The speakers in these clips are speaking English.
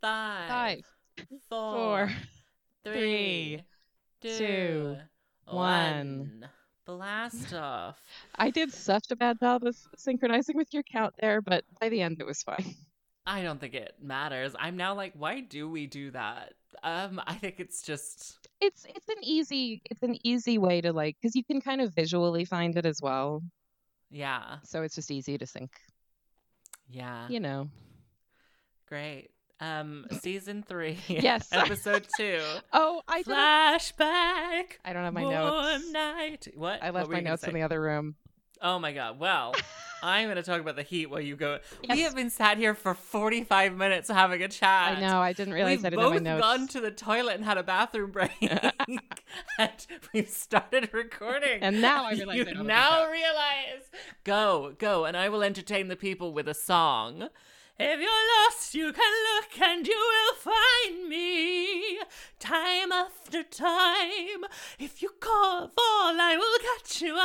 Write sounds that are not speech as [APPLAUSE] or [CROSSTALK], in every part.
Five, Five, four, four, three, three, two, two, one. [LAUGHS] Blast off. I did such a bad job of synchronizing with your count there, but by the end it was fine. I don't think it matters. I'm now like, why do we do that? Um, I think it's just It's it's an easy it's an easy way to like because you can kind of visually find it as well, yeah, so it's just easy to sync. yeah, You know, great. Um, season three, [LAUGHS] Yes. [LAUGHS] episode two, Oh, I don't, flashback. I don't have my One notes. night. What? I left my notes in the other room. Oh my god. [LAUGHS] Well, I'm gonna talk about the heat while you go. Yes. We have been sat here for 45 minutes having a chat. I know. I didn't realize We've I didn't both have my notes. gone to the toilet and had a bathroom break, [LAUGHS] [LAUGHS] and we've started recording. And now I realize [LAUGHS] I you don't have my now notes. realize. Go, go, and I will entertain the people with a song. If you're lost, you can look and you will find me. Time after time. If you call, fall, I will catch you.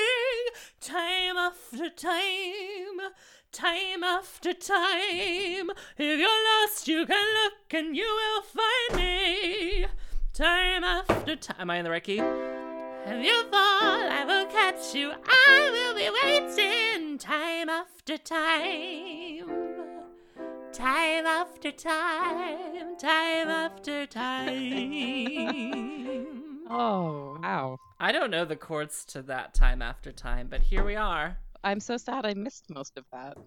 I will be waiting. Time after time. Time after time. If you're lost, you can look and you will find me. Time after time. Am I in the right key? If you fall, I will catch you. I will be waiting time after time. Time after time, time after time. Oh wow! [LAUGHS] I don't know the chords to that time after time, but here we are. I'm so sad. I missed most of that.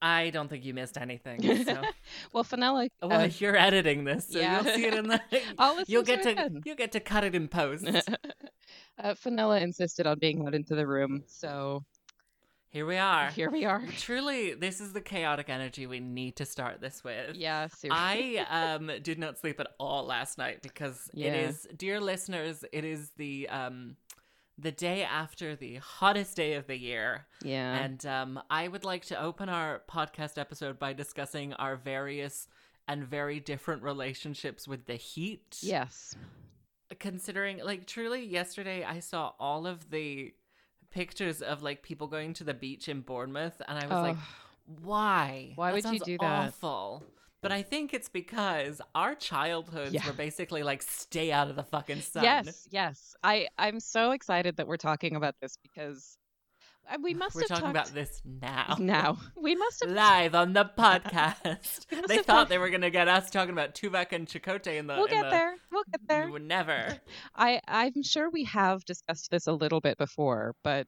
I don't think you missed anything. [LAUGHS] So. Well, Fenella. well, [LAUGHS] uh, you're editing this, so yeah. you'll see it in [LAUGHS] the. I'll listen you'll get to, it to then. you'll get to cut it in post. [LAUGHS] uh, Fenella insisted on being let into the room, so Here we are. here we are. Truly, this is the chaotic energy we need to start this with. Yeah, seriously. I um did not sleep at all last night because it Yeah. is, dear listeners, it is the um the day after the hottest day of the year. yeah. And um I would like to open our podcast episode by discussing our various and very different relationships with the heat. yes. Considering like truly yesterday I saw all of the pictures of like people going to the beach in Bournemouth and I was like Ugh. why? Why would you sounds do that? Awful. But I think it's because our childhoods Yeah. were basically like stay out of the fucking sun. Yes, yes. I I'm so excited that we're talking about this because uh, we must we're have talking talked about this now. now. We must [LAUGHS] have. Live on [LAUGHS] the podcast. We must they have thought talked- they were gonna get us talking about Tuvok and Chakotay in the. We'll in get the- there. We'll get there. We would never. I I'm sure we have discussed this a little bit before, but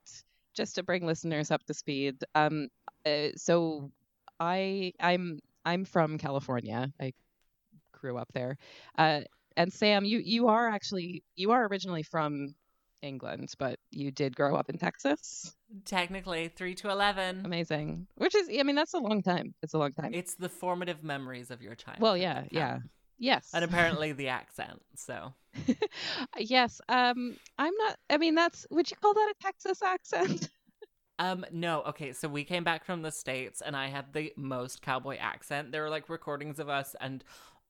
just to bring listeners up to speed, um, uh, so I I'm I'm from California. I grew up there, uh, and Sam, you you are actually you are originally from England, but you did grow up in Texas. Technically, three to eleven. Amazing, which is I mean that's a long time. It's a long time. It's the formative memories of your childhood. well, that yeah, count. yeah, yes. And apparently the accent. So [LAUGHS] yes, um, I'm not. I mean, that's. Would you call that a Texas accent? Um, no, okay, so we came back from the States and I had the most cowboy accent. There were like recordings of us and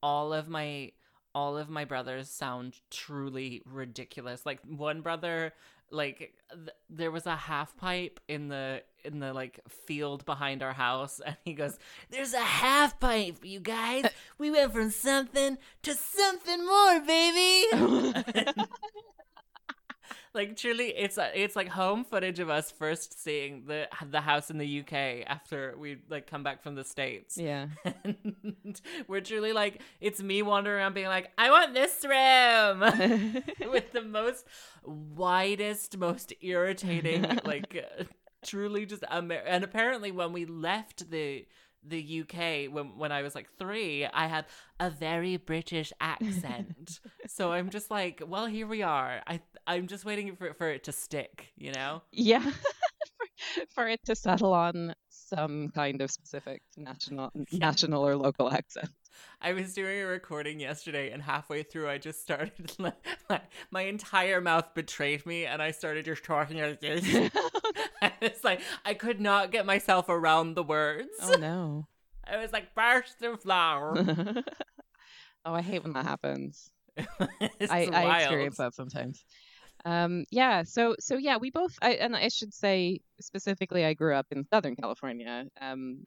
all of my all of my brothers sound truly ridiculous. Like one brother like th- there was a half pipe in the in the like field behind our house and he goes, "There's a half pipe, you guys. We went from something to something more, baby." like truly it's uh, it's like home footage of us first seeing the the house in the UK after we like come back from the states yeah. [LAUGHS] and we're truly like it's me wandering around being like I want this room [LAUGHS] with the most widest most irritating like uh, truly just Amer- and apparently when we left the the UK when when I was like 3 I had a very british accent so I'm just like, well, here we are. I I'm just waiting for for it to stick, you know. [LAUGHS] yeah. [LAUGHS] for, for it to settle on some kind of specific national national or [LAUGHS] local accent. I was doing a recording yesterday, and halfway through, I just started [LAUGHS] like my, my entire mouth betrayed me, and I started just talking like this. And [LAUGHS] it's like I could not get myself around the words. oh [LAUGHS] no. I was like, burst through [LAUGHS] flower. oh, I hate when that happens. it's I, wild. I experience that sometimes. Um, yeah. So so yeah, we both. I, and I should say specifically, I grew up in Southern California. Um,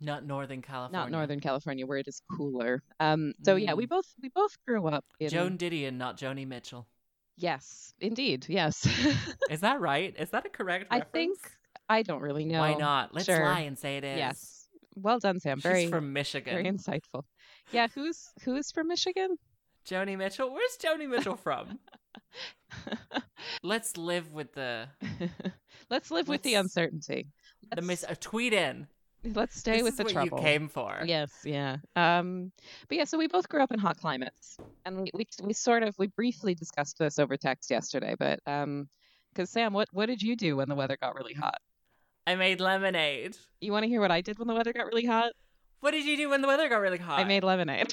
Not Northern California. Mm. not Northern California, where it is cooler. Um, so yeah, we both we both grew up in Joan Didion, not Joni Mitchell. Yes, indeed, yes. [LAUGHS] Is that right? Is that a correct I reference? think I don't really know. Why not? Let's Sure. lie and say it is. Yes. Well done, Sam. She's Very from Michigan. very insightful. Yeah, who's who's from Michigan? [LAUGHS] Joni Mitchell. Where's Joni Mitchell from? Let's live with the Let's live with the Let's- uncertainty. the Let's, mis- uh, tweet in. let's stay this with is the what trouble. you came for. Yes, yeah. Um, but yeah, so we both grew up in hot climates, and we we, we sort of we briefly discussed this over text yesterday, but um, because Sam, what what did you do when the weather got really hot? I made lemonade. You want to hear what I did when the weather got really hot? What did you do when the weather got really hot? I made lemonade.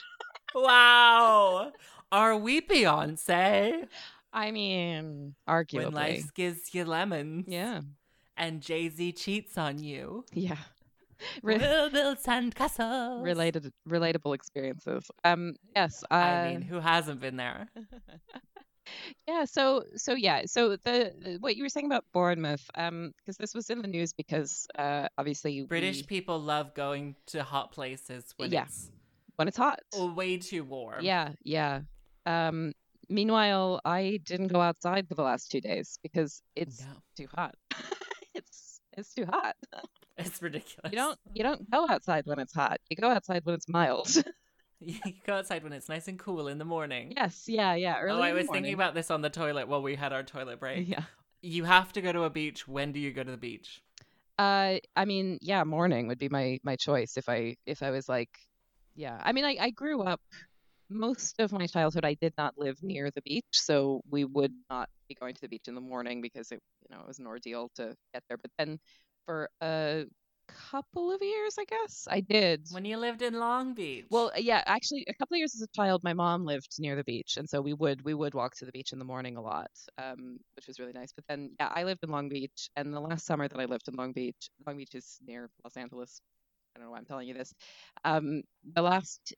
Wow. Are we Beyonce? I mean, [LAUGHS] arguably, When life gives you lemons. yeah, And Jay Z cheats on you. yeah. Re- we'll build sandcastles. related relatable experiences um yes uh, I mean, who hasn't been there? yeah so so yeah so the what you were saying about bournemouth um because this was in the news because uh obviously British we- people love going to hot places when Yeah. it's when it's hot way too warm. Yeah, yeah. Um, meanwhile, I didn't go outside for the last two days because it's No. too hot. [LAUGHS] it's it's too hot. It's [LAUGHS] ridiculous. You don't you don't go outside when it's hot. You go outside when it's mild. [LAUGHS] You go outside when it's nice and cool in the morning. yes, yeah, yeah. Early oh, I in the was thinking morning. about this on the toilet while we had our toilet break. [LAUGHS] yeah. You have to go to a beach. When do you go to the beach? Uh, I mean, yeah, morning would be my my choice if I if I was like, yeah. I mean, I I grew up most of my childhood. I did not live near the beach, so we would not be going to the beach in the morning because it you know it was an ordeal to get there. But then for a couple of years, I guess I did. When you lived in Long Beach. Well, uh, yeah, actually, a couple of years as a child, my mom lived near the beach, and so we would we would walk to the beach in the morning a lot, um, which was really nice. But then, yeah, I lived in Long Beach, and the last summer that I lived in Long Beach, Long Beach is near Los Angeles. I don't know why I'm telling you this. Um, the last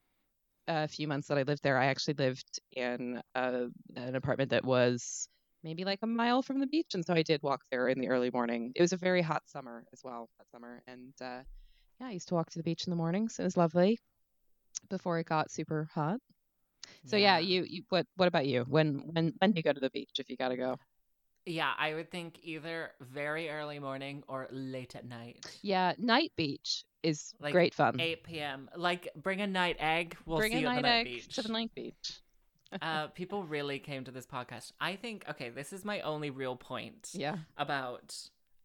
uh, few months that I lived there, I actually lived in uh, an apartment that was maybe like a mile from the beach, and so I did walk there in the early morning. It was a very hot summer as well that summer, and uh, yeah, I used to walk to the beach in the mornings. It was lovely before it got super hot. So yeah, you, you what what about you? When when when do you go to the beach if you gotta go? Yeah, I would think either very early morning or late at night. Yeah, night beach is Like, great fun. 8 p.m. Like, bring a night egg. We'll Mm. Bring see a you at night the night egg beach. to the night beach. uh, people really came to this podcast. I think, okay, this is my only real point. Yeah. about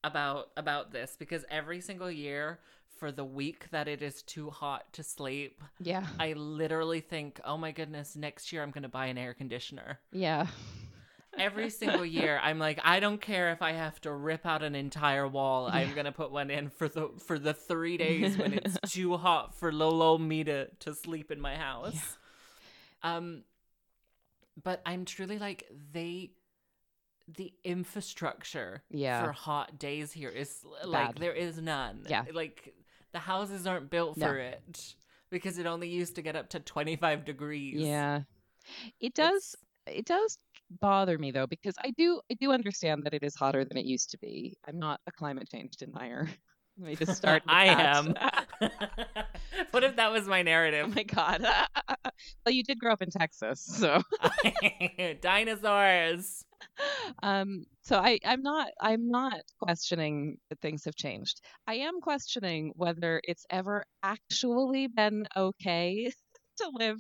about about this because every single year for the week that it is too hot to sleep Yeah. i literally think oh my goodness next year i'm going to buy an air conditioner Yeah. every single year i'm like i don't care if i have to rip out an entire wall i'm Yeah. going to put one in for the for the [LAUGHS] 3 days when it's too hot for lolo me to to sleep in my house um but i'm truly like they the infrastructure Yeah. for hot days here is l- like Bad. there is none. Yeah. Like the houses aren't built No. for it because it only used to get up to 25 degrees. Yeah. It does it does bother me though because I do I do understand that it is hotter than it used to be. I'm not a climate change denier. [LAUGHS] Let me just [LAUGHS] start. with I that. am. [LAUGHS] what if that was my oh narrative? [LAUGHS] my god. [LAUGHS] well, you did grow up in Texas, so Dinosaurs. um so i i'm not i'm not questioning that things have changed i am questioning whether it's ever actually been okay [LAUGHS] to live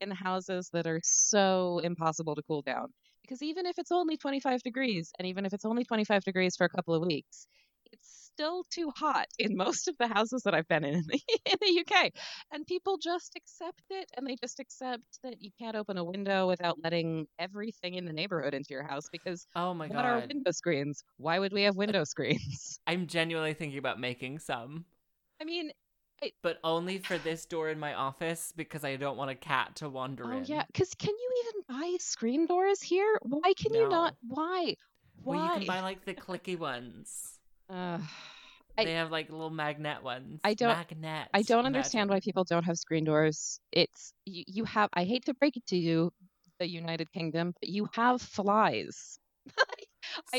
in houses that are so impossible to cool down because even if it's only 25 degrees and even if it's only 25 degrees for a couple of weeks it's still too hot in [LAUGHS] most of the houses that I've been in [LAUGHS] in the, in the UK. And people just accept it and they just accept that you can't open a window without letting everything in the neighborhood into your house because Oh my what god. are window screens? Why would we have window [LAUGHS] screens? I'm genuinely thinking about making some, I mean, but only for this door in my office because I don't want a cat to wander oh in. yeah, because can you even buy screen doors here? Why can you not? Why? Why? Well, you can buy like the clicky ones. Ugh. I- they have like little magnet ones. I don't- Magnet. I don't understand why magic. people don't have screen doors. It's you, you have. I hate to break it to you, the United Kingdom, but you have flies.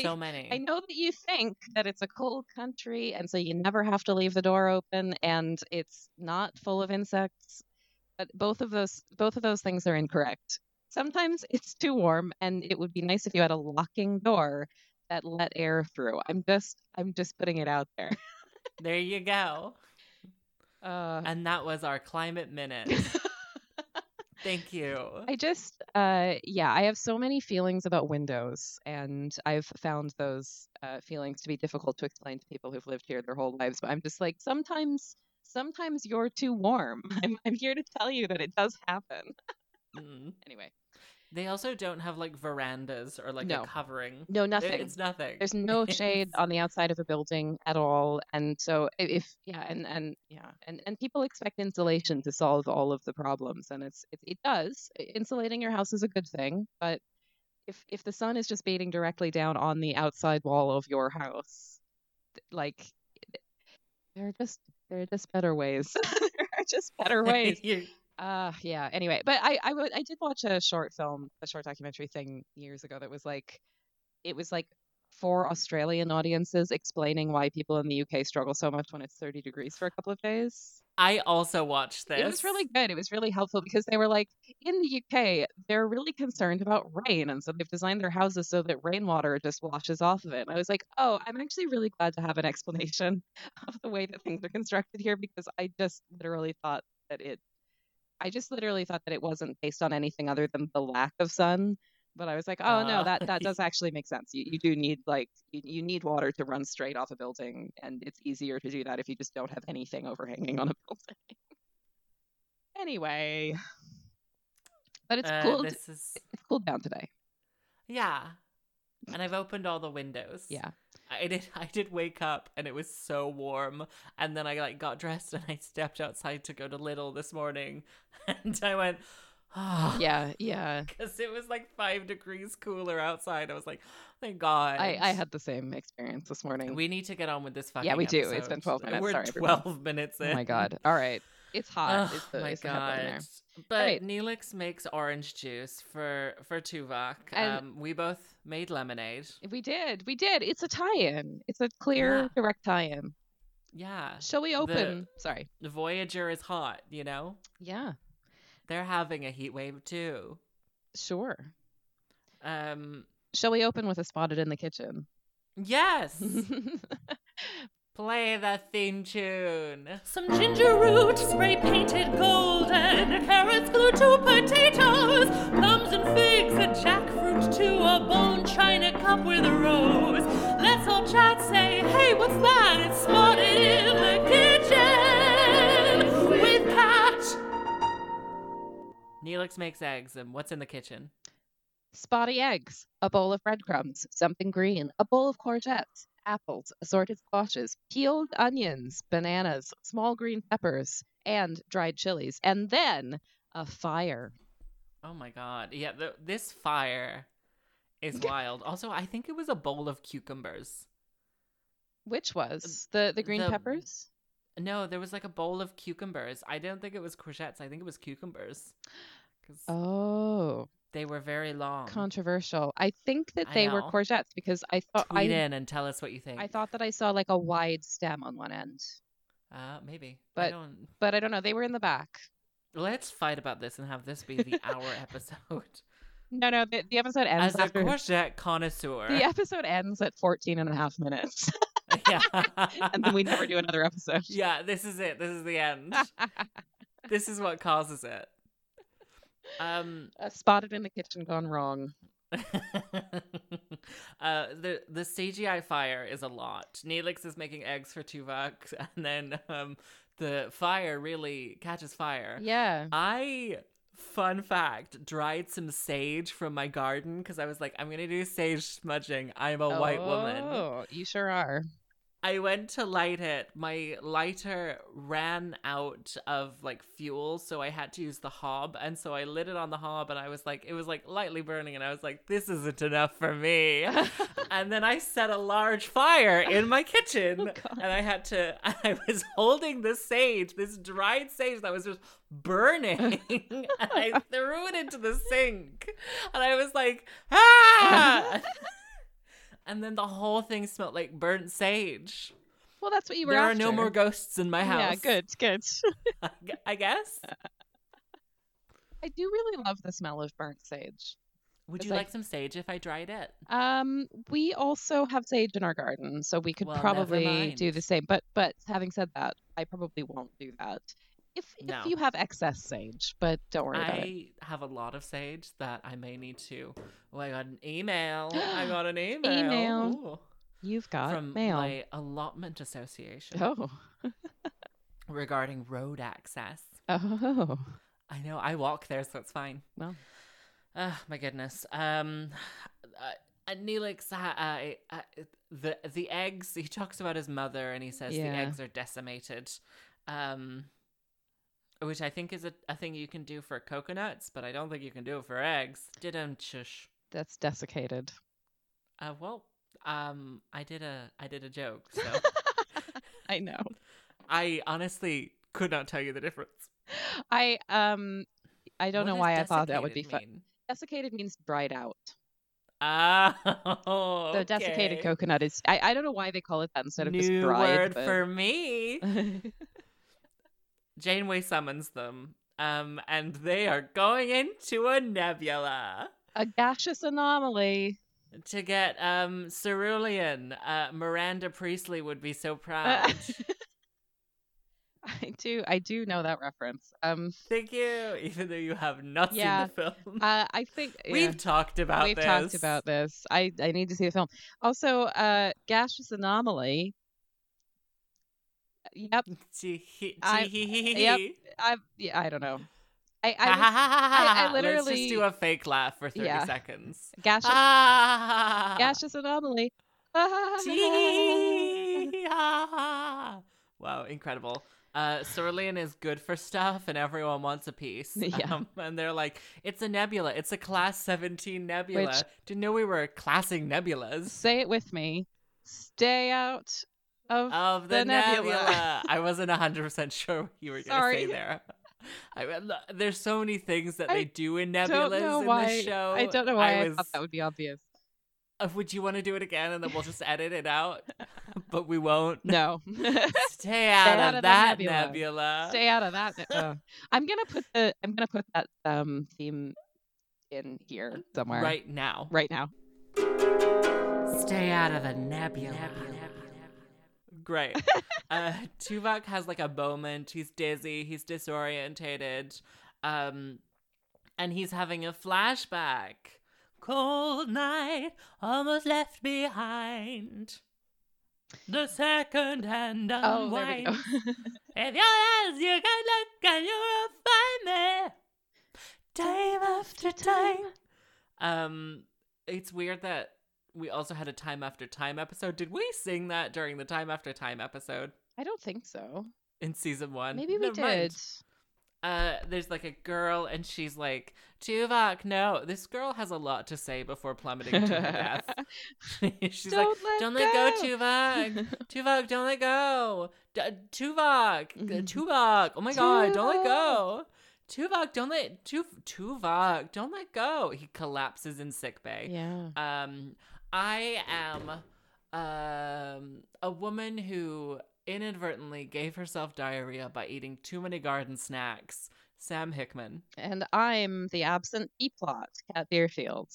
so many. I know that you think that it's a cold country and so you never have to leave the door open and it's not full of insects, but both of those both of those things are incorrect. Sometimes it's too warm and it would be nice if you had a locking door that let air through. I'm just I'm just putting it out there. There you go. Uh, And that was our climate [LAUGHS] minute. Thank you. I just, uh, yeah, I have so many feelings about windows, and I've found those uh, feelings to be difficult to explain to people who've lived here their whole lives. But I'm just like, sometimes, sometimes you're too warm. [LAUGHS] I'm, I'm here to tell you that it does happen. Mm. Anyway, They also don't have like verandas or like No. a covering. no, There- nothing. It's nothing. [LAUGHS] There's no shade It's- on the outside of a building at all, and so i- if yeah, and and yeah, and and people expect insulation to solve all of the problems, and it's it, it does. I- Insulating your house is a good thing, but if if the sun is just beating directly down on the outside wall of your house, th- like there are just there are just better ways. [LAUGHS] there are just better ways. You- Uh yeah. Anyway, but I I would I did watch a short film, a short documentary thing years ago that was like it was like for Australian audiences explaining why people in the UK struggle so much when it's 30 degrees for a couple of days. I also watched this. It was really good. It was really helpful because they were like in the UK, they're really concerned about rain and so they've designed their houses so that rainwater just washes off of it. And I was like, "Oh, I'm actually really glad to have an explanation [LAUGHS] of the way that things are constructed here because I just literally thought that it I just literally thought that it wasn't based on anything other than the lack of sun. But I was like, oh Ah. no, that that does actually make sense. You you do need like you, you need water to run straight off a building, and it's easier to do that if you just don't have anything overhanging on a building. anyway, but it's Uh, cooled This is it's cooled down today. yeah, and I've opened all the windows. Yeah, I did. [LAUGHS] I did wake up and it was so warm, and then I like got dressed and I stepped outside to go to Little this morning, [LAUGHS] and I went, oh, yeah, yeah. because it was like five degrees cooler outside. I was like, thank God. I I had the same experience this morning. We need to get on with this fucking. Yeah, we do. It's episode. been 12 minutes. We're Sorry, everyone. twelve minutes in. oh my god! All right, it's hot. Ugh, is the, Oh my is the headline there. god! But Right. Neelix makes orange juice for for Tuvok. And- um, we both made lemonade. We did. We did. It's a tie-in. It's a clear, Yeah. direct tie-in. Yeah, Shall we open? Sorry. Voyager is hot. You know Yeah. they're having a heat wave too. Sure. Um, Shall we open with a spotted in the kitchen? [LAUGHS] yes. Play the theme tune. Some ginger root spray painted golden, carrots glued to potatoes, plums and figs and jackfruit to a bone china cup with a rose. Let's all chat, say, hey, what's that? It's spotted in the kitchen with Pat. Neelix makes eggs, and what's in the kitchen? Spotty eggs, a bowl of breadcrumbs, something green, a bowl of courgettes, apples, assorted squashes, peeled onions, bananas, small green peppers, and dried chilies, and then a fire. Oh my god. Yeah, th- this fire is wild. Also, I think it was a bowl of cucumbers. Which was the the green the- peppers? No, there was like a bowl of cucumbers. I don't think it was courgettes. I think it was cucumbers because Oh, they were very long. controversial. I think that Um, I they were know. courgettes because I thought I Tweet in and tell us what you think. I thought that I saw like a wide stem on one end, uh, maybe, But- I don't. but I don't know. They were in the back. Let's fight about this and have this be [LAUGHS] the our episode. No, no. The, the episode ends As a after. courgette connoisseur, The episode ends at 14 and a half minutes, [LAUGHS] yeah, [LAUGHS] and then we never do another episode. [LAUGHS] [LAUGHS] Yeah, this is it. This is the end. this is what causes it. Um. Uh, spotted in the kitchen gone wrong. [LAUGHS] uh, the the CGI fire is a lot. Neelix is making eggs for Tuvok, [LAUGHS] and then um, the fire really catches fire. Yeah. I fun fact dried some sage from my garden because I was like, I'm gonna do sage smudging. I'm a white woman. Oh, you sure are. I went to light it. My lighter ran out of like fuel, so I had to use the hob. And so I lit it on the hob, and I was like, it was like lightly burning, and I was like, this isn't enough for me. and then I set a large fire in my kitchen, God. and I had to. [LAUGHS] And I was holding this sage, this dried sage that was just burning, [LAUGHS] [LAUGHS] and I [LAUGHS] threw it into the sink, and I was like, ah. and then the whole thing smelled like burnt sage. Well, that's what you were There are after. no more ghosts in my house. Yeah, good, good. [LAUGHS] [LAUGHS] I guess. I do really love the smell of burnt sage. Would It's you like- like some sage if I dried it? Um, we also have sage in our garden, so we could Well, never probably do mind. the same. But but having said that, I probably won't do that if No. if you have excess sage. But don't worry about it. I have a lot of sage that I may need to. Oh, I got an email. I got [GASPS] an email. Email. Ooh. You've got from mail. my allotment association Oh [LAUGHS] regarding road access. oh. I know I walk there, so it's fine. Well. oh my goodness. Um, uh, uh, Neelix, uh, uh, uh, the the eggs. He talks about his mother, and he says Yeah. the eggs are decimated. Um. Which I think is a, a thing you can do for coconuts, but I don't think you can do it for eggs. Didn't shush. That's desiccated. Uh, well, um, I did a I did a joke, [LAUGHS] so I know. I honestly could not tell you the difference. [LAUGHS] I um I What don't know does why I thought that would be desiccated fun. mean? Desiccated means dried out. [LAUGHS] Oh, So desiccated okay. coconut is I, I don't know why they call it that instead of just New dried. word but- for me. Janeway summons them, um, and they are going into a nebula [LAUGHS] a gaseous anomaly. [LAUGHS] to get um, cerulean. Uh, Miranda Priestley would be so [LAUGHS] proud. I do I do know that reference. Um Thank you, even though you have not Yeah, seen the film. uh, I think yeah, We've talked about we've this. talked about this. I, I need to see the film. Also, uh gaseous anomaly. Yep. Tee-hee- I- tee-hee-hee-hee. yep, I yeah, I don't know. I, I Ha, was- ha, ha, ha, ha, ha. Let's literally- just do a fake laugh for 30 Yeah. [LAUGHS] seconds. gaseous Ah, gaseous anomaly. Tee- ah. Wow, incredible. Uh, cerulean is good for stuff, and everyone wants a piece. [LAUGHS] Yeah. Um, and they're like, it's a nebula. It's a class 17 nebula. Which- Didn't know we were classing nebulas. [LAUGHS] Say it with me. Stay out of Of the, the nebula. nebula. I wasn't 100% sure what you were going to Sorry. say there. I mean, look, there's so many things that I they do in don't nebulas know in why. the show. I don't know why I, was- thought that would [LAUGHS] be obvious. Uh, Would you want to do it again and then we'll just edit it [LAUGHS] out? but we won't. No. Stay out, of, out of the that nebula. nebula. [LAUGHS] Stay out of that. uh, I'm gonna put the I'm gonna put that um theme in here somewhere. right now. Right now. Stay out of the nebula. [LAUGHS] Great. uh, Tuvok has like a moment. He's dizzy. He's disorientated. Um, and he's having a flashback. Cold night almost left behind. The second hand Oh, there we unwind. go. [LAUGHS] If your eyes you can look and you will find me time after time. Um, it's weird that we also had a time after time episode. Did we sing that during the time after time episode I don't think so. in season one? Maybe we Never mind. did. Uh, there's like a girl and she's like, Tuvok, no. This girl has a lot to say before plummeting to her death. [LAUGHS] she's like, let don't let go, [LAUGHS] Tuvok. Tuvok, don't let go. D- Tuvok, Mhm. Tuvok. Oh my god, don't let go. Tuvok, don't let Tuv Tuvok, don't let go. He collapses in sickbay. yeah. Um, I am um a woman who inadvertently gave herself diarrhea by eating too many garden snacks. Sam Hickman. And I'm the absent E plot, Cat Deerfield.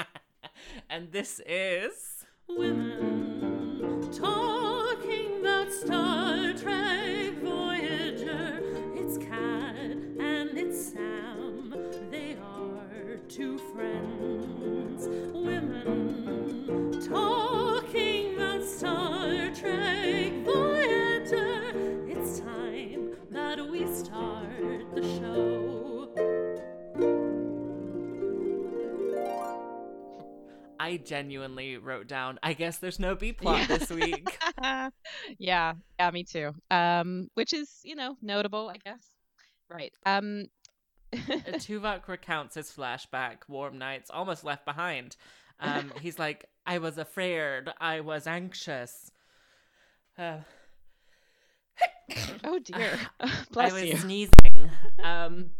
[LAUGHS] and this is Women Talking About Star Trek Voyager. It's Cat and it's Sam. They are two friends. Women talking about Star Trek Voyager. It's time that we start the show. I genuinely wrote down, I guess there's no B plot Yeah. this week. yeah, [LAUGHS] yeah, me too. Um, which is, you know, notable, I guess. Right. Um, Tuvok recounts his flashback, Warm Nights, almost left behind. Um, he's like, I was afraid, I was anxious. Uh, oh dear. I [LAUGHS] Bless [LAUGHS] was [LAUGHS] you. sneezing. Um,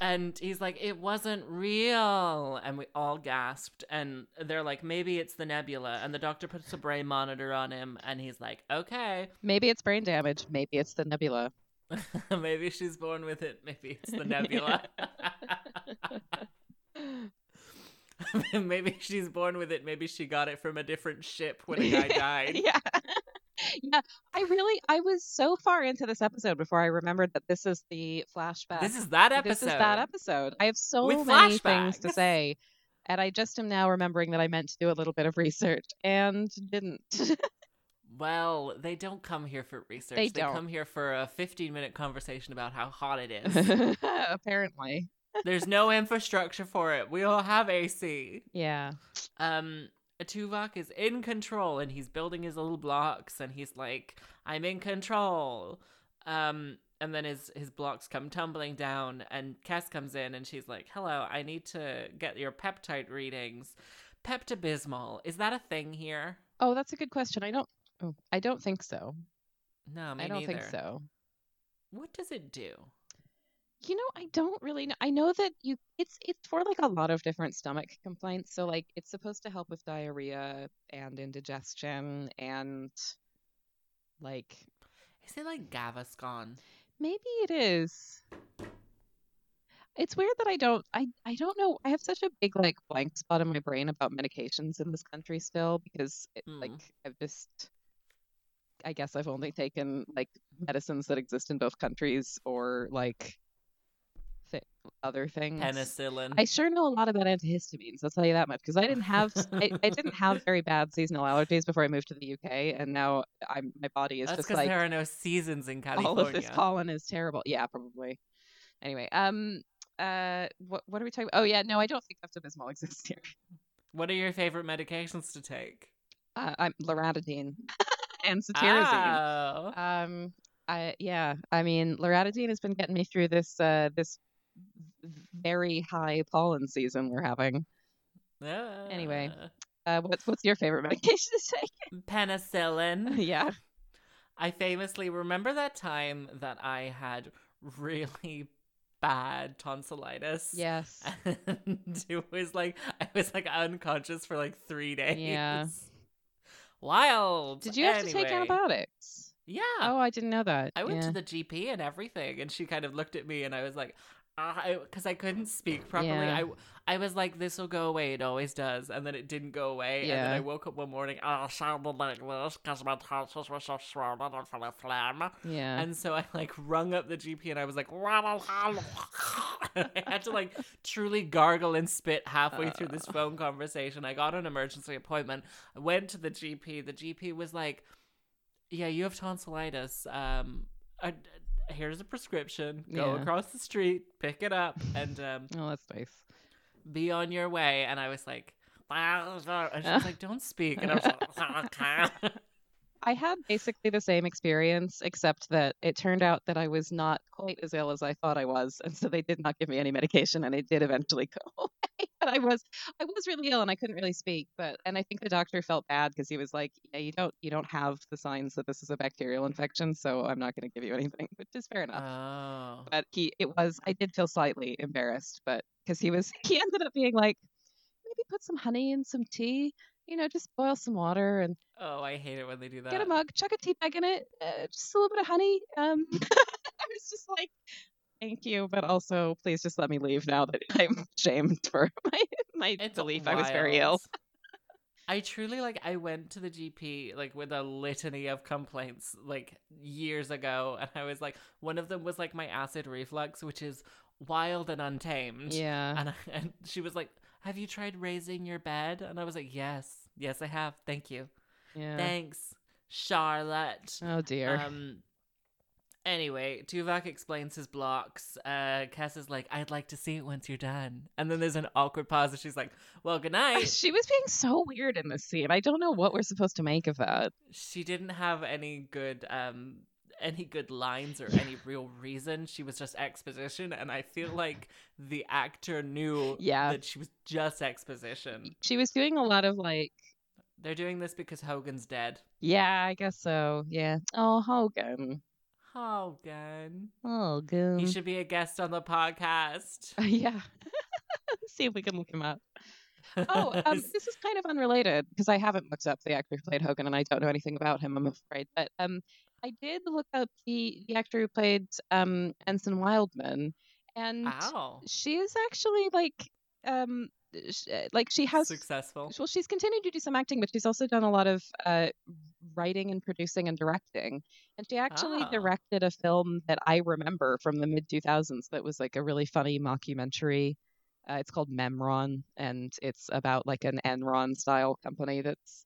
and he's like, "It wasn't real," and we all gasped. And they're like, "Maybe it's the nebula." And the doctor puts a brain monitor on him, and he's like, "Okay, [LAUGHS] Maybe it's brain damage. Maybe it's the nebula. maybe she's born with it. Maybe it's the nebula. [LAUGHS] maybe she's born with it. Maybe she got it from a different ship when a [LAUGHS] guy died." yeah. [LAUGHS] Yeah, I really I was so far into this episode before I remembered that this is the flashback. This is that episode. This is that episode. I have so With many things to flashbacks. say. And I just am now remembering that I meant to do a little bit of research and [LAUGHS] didn't. [LAUGHS] Well, they don't come here for research. They They, don't. come here for a 15 minute conversation about how hot it [LAUGHS] is. Apparently. There's no infrastructure for it. We all have AC. Yeah. Um, Tuvok is in control and he's building his little blocks and he's like, I'm in control. Um, and then his, his blocks come tumbling down and Cass comes in and she's like, Hello, I need to get your peptide readings. Peptabismol, is that a thing here? Oh, that's a good question. I don't oh, I don't think so. No, me I don't think neither. so. What does it do? You know, I don't really know. I know that you it's it's for like a lot of different stomach complaints. So like it's supposed to help with diarrhea and indigestion and like Is it like Gaviscon? maybe it is. It's weird that I don't I I don't know. I have such a big like blank spot in my brain about medications in this country still because it, Hmm. like I've just I guess I've only taken like medicines that exist in both countries or like th- other things. Penicillin. I sure know a lot about antihistamines. I'll tell you that much because I didn't have I, I didn't have very bad seasonal allergies before I moved to the UK, and now I'm my body is That's just because like there are no seasons in all California. of this pollen is terrible. Yeah, probably. Anyway, um, uh, what what are we talking? about? Oh yeah, no, I don't think Pepto-Bismol exists here. what are your favorite medications to take? Uh, I'm loratadine [LAUGHS] and cetirizine. Oh. Um, I yeah, I mean, loratadine has been getting me through this uh this very high pollen season we're having. anyway. Ah. Uh, what's what's your favorite medication to [LAUGHS] take? Penicillin. [LAUGHS] yeah. I famously remember that time that I had really bad tonsillitis. Yes. [LAUGHS] And it was like I was like unconscious for like three days. Yeah. Wild. Did you have to take Anyway. antibiotics? Yeah. Oh, I didn't know that. I went yeah. to the GP and everything, and she kind of looked at me, and I was like, because I, couldn't speak properly. Yeah. I I was like, this will go away. It always does, and then it didn't go away. And then Yeah. I woke up one morning, I sounded like this because my tonsils were so swollen and full of phlegm. yeah. And so I like rung up the GP, and I was like, [LAUGHS] I had to like truly gargle and spit halfway through this Uh. phone conversation. I got an emergency appointment. I went to the GP. The GP was like, "Yeah, you have tonsillitis. Um, uh, here's a prescription. Go Yeah. across the street, pick it up, and um, oh, that's nice. be on your way." And I was like, [LAUGHS] "And she's like, [LAUGHS] don't speak." And I [LAUGHS] was like, "Okay." I had basically the same experience, except that it turned out that I was not quite as ill as I thought I was, and so they did not give me any medication, and it did eventually go [LAUGHS] away. But I was, I was really ill, and I couldn't really speak. But and I think the doctor felt bad because he was like, "Yeah, you don't, you don't have the signs that this is a bacterial infection, so I'm not going to give you anything," [LAUGHS] which is fair enough. Oh, but he, it was, I did feel slightly embarrassed, but because he was, [LAUGHS] he ended up being like, "Maybe put some honey in some tea." You know, just boil some water and oh, I hate it when they do that. get a mug, chuck a tea bag in it, uh, just a little bit of honey. Um, [LAUGHS] I was just like, thank you, but also please just let me leave now that [LAUGHS] I'm shamed for [LAUGHS] my my belief I was very ill. [LAUGHS] wild. I truly like I went to the GP like with a litany of complaints like years ago and I was like one of them was like my acid reflux which is wild and untamed. Yeah, And I, and she was like, "Have you tried raising your bed?" And I was like, "Yes. Yes, I have. Thank you. yeah. Thanks, Charlotte." oh dear. Um. Anyway, Tuvok explains his blocks. Uh, Cass is like, "I'd like to see it once you're done," and then there's an awkward pause, and she's like, "Well, good night." [LAUGHS] she was being so weird in this scene. I don't know what we're supposed to make of that. she didn't have any good, um, any good lines or any real reason. She was just exposition, and I [LAUGHS] feel like the actor knew Yeah. that she was just exposition. She was doing a lot of like, They're doing this because Hogan's dead. yeah, I guess so. Yeah. Oh, Hogan. Oh, good. Oh, good. He should be a guest on the podcast. [LAUGHS] yeah. [LAUGHS] See if we can look him up. [LAUGHS] Oh, um, this is kind of unrelated because I haven't looked up the actor who played Hogan and I don't know anything about him, I'm afraid. But um, I did look up the, the actor who played um, Ensign Wildman, and Wow. she is actually like, um, sh- like she has Successful. well, she's continued to do some acting, but she's also done a lot of uh, writing and producing and directing. And she actually Ah. directed a film that I remember from the mid 2000s that was like a really funny mockumentary. Uh, it's called Memron, and it's about like an Enron style company that's.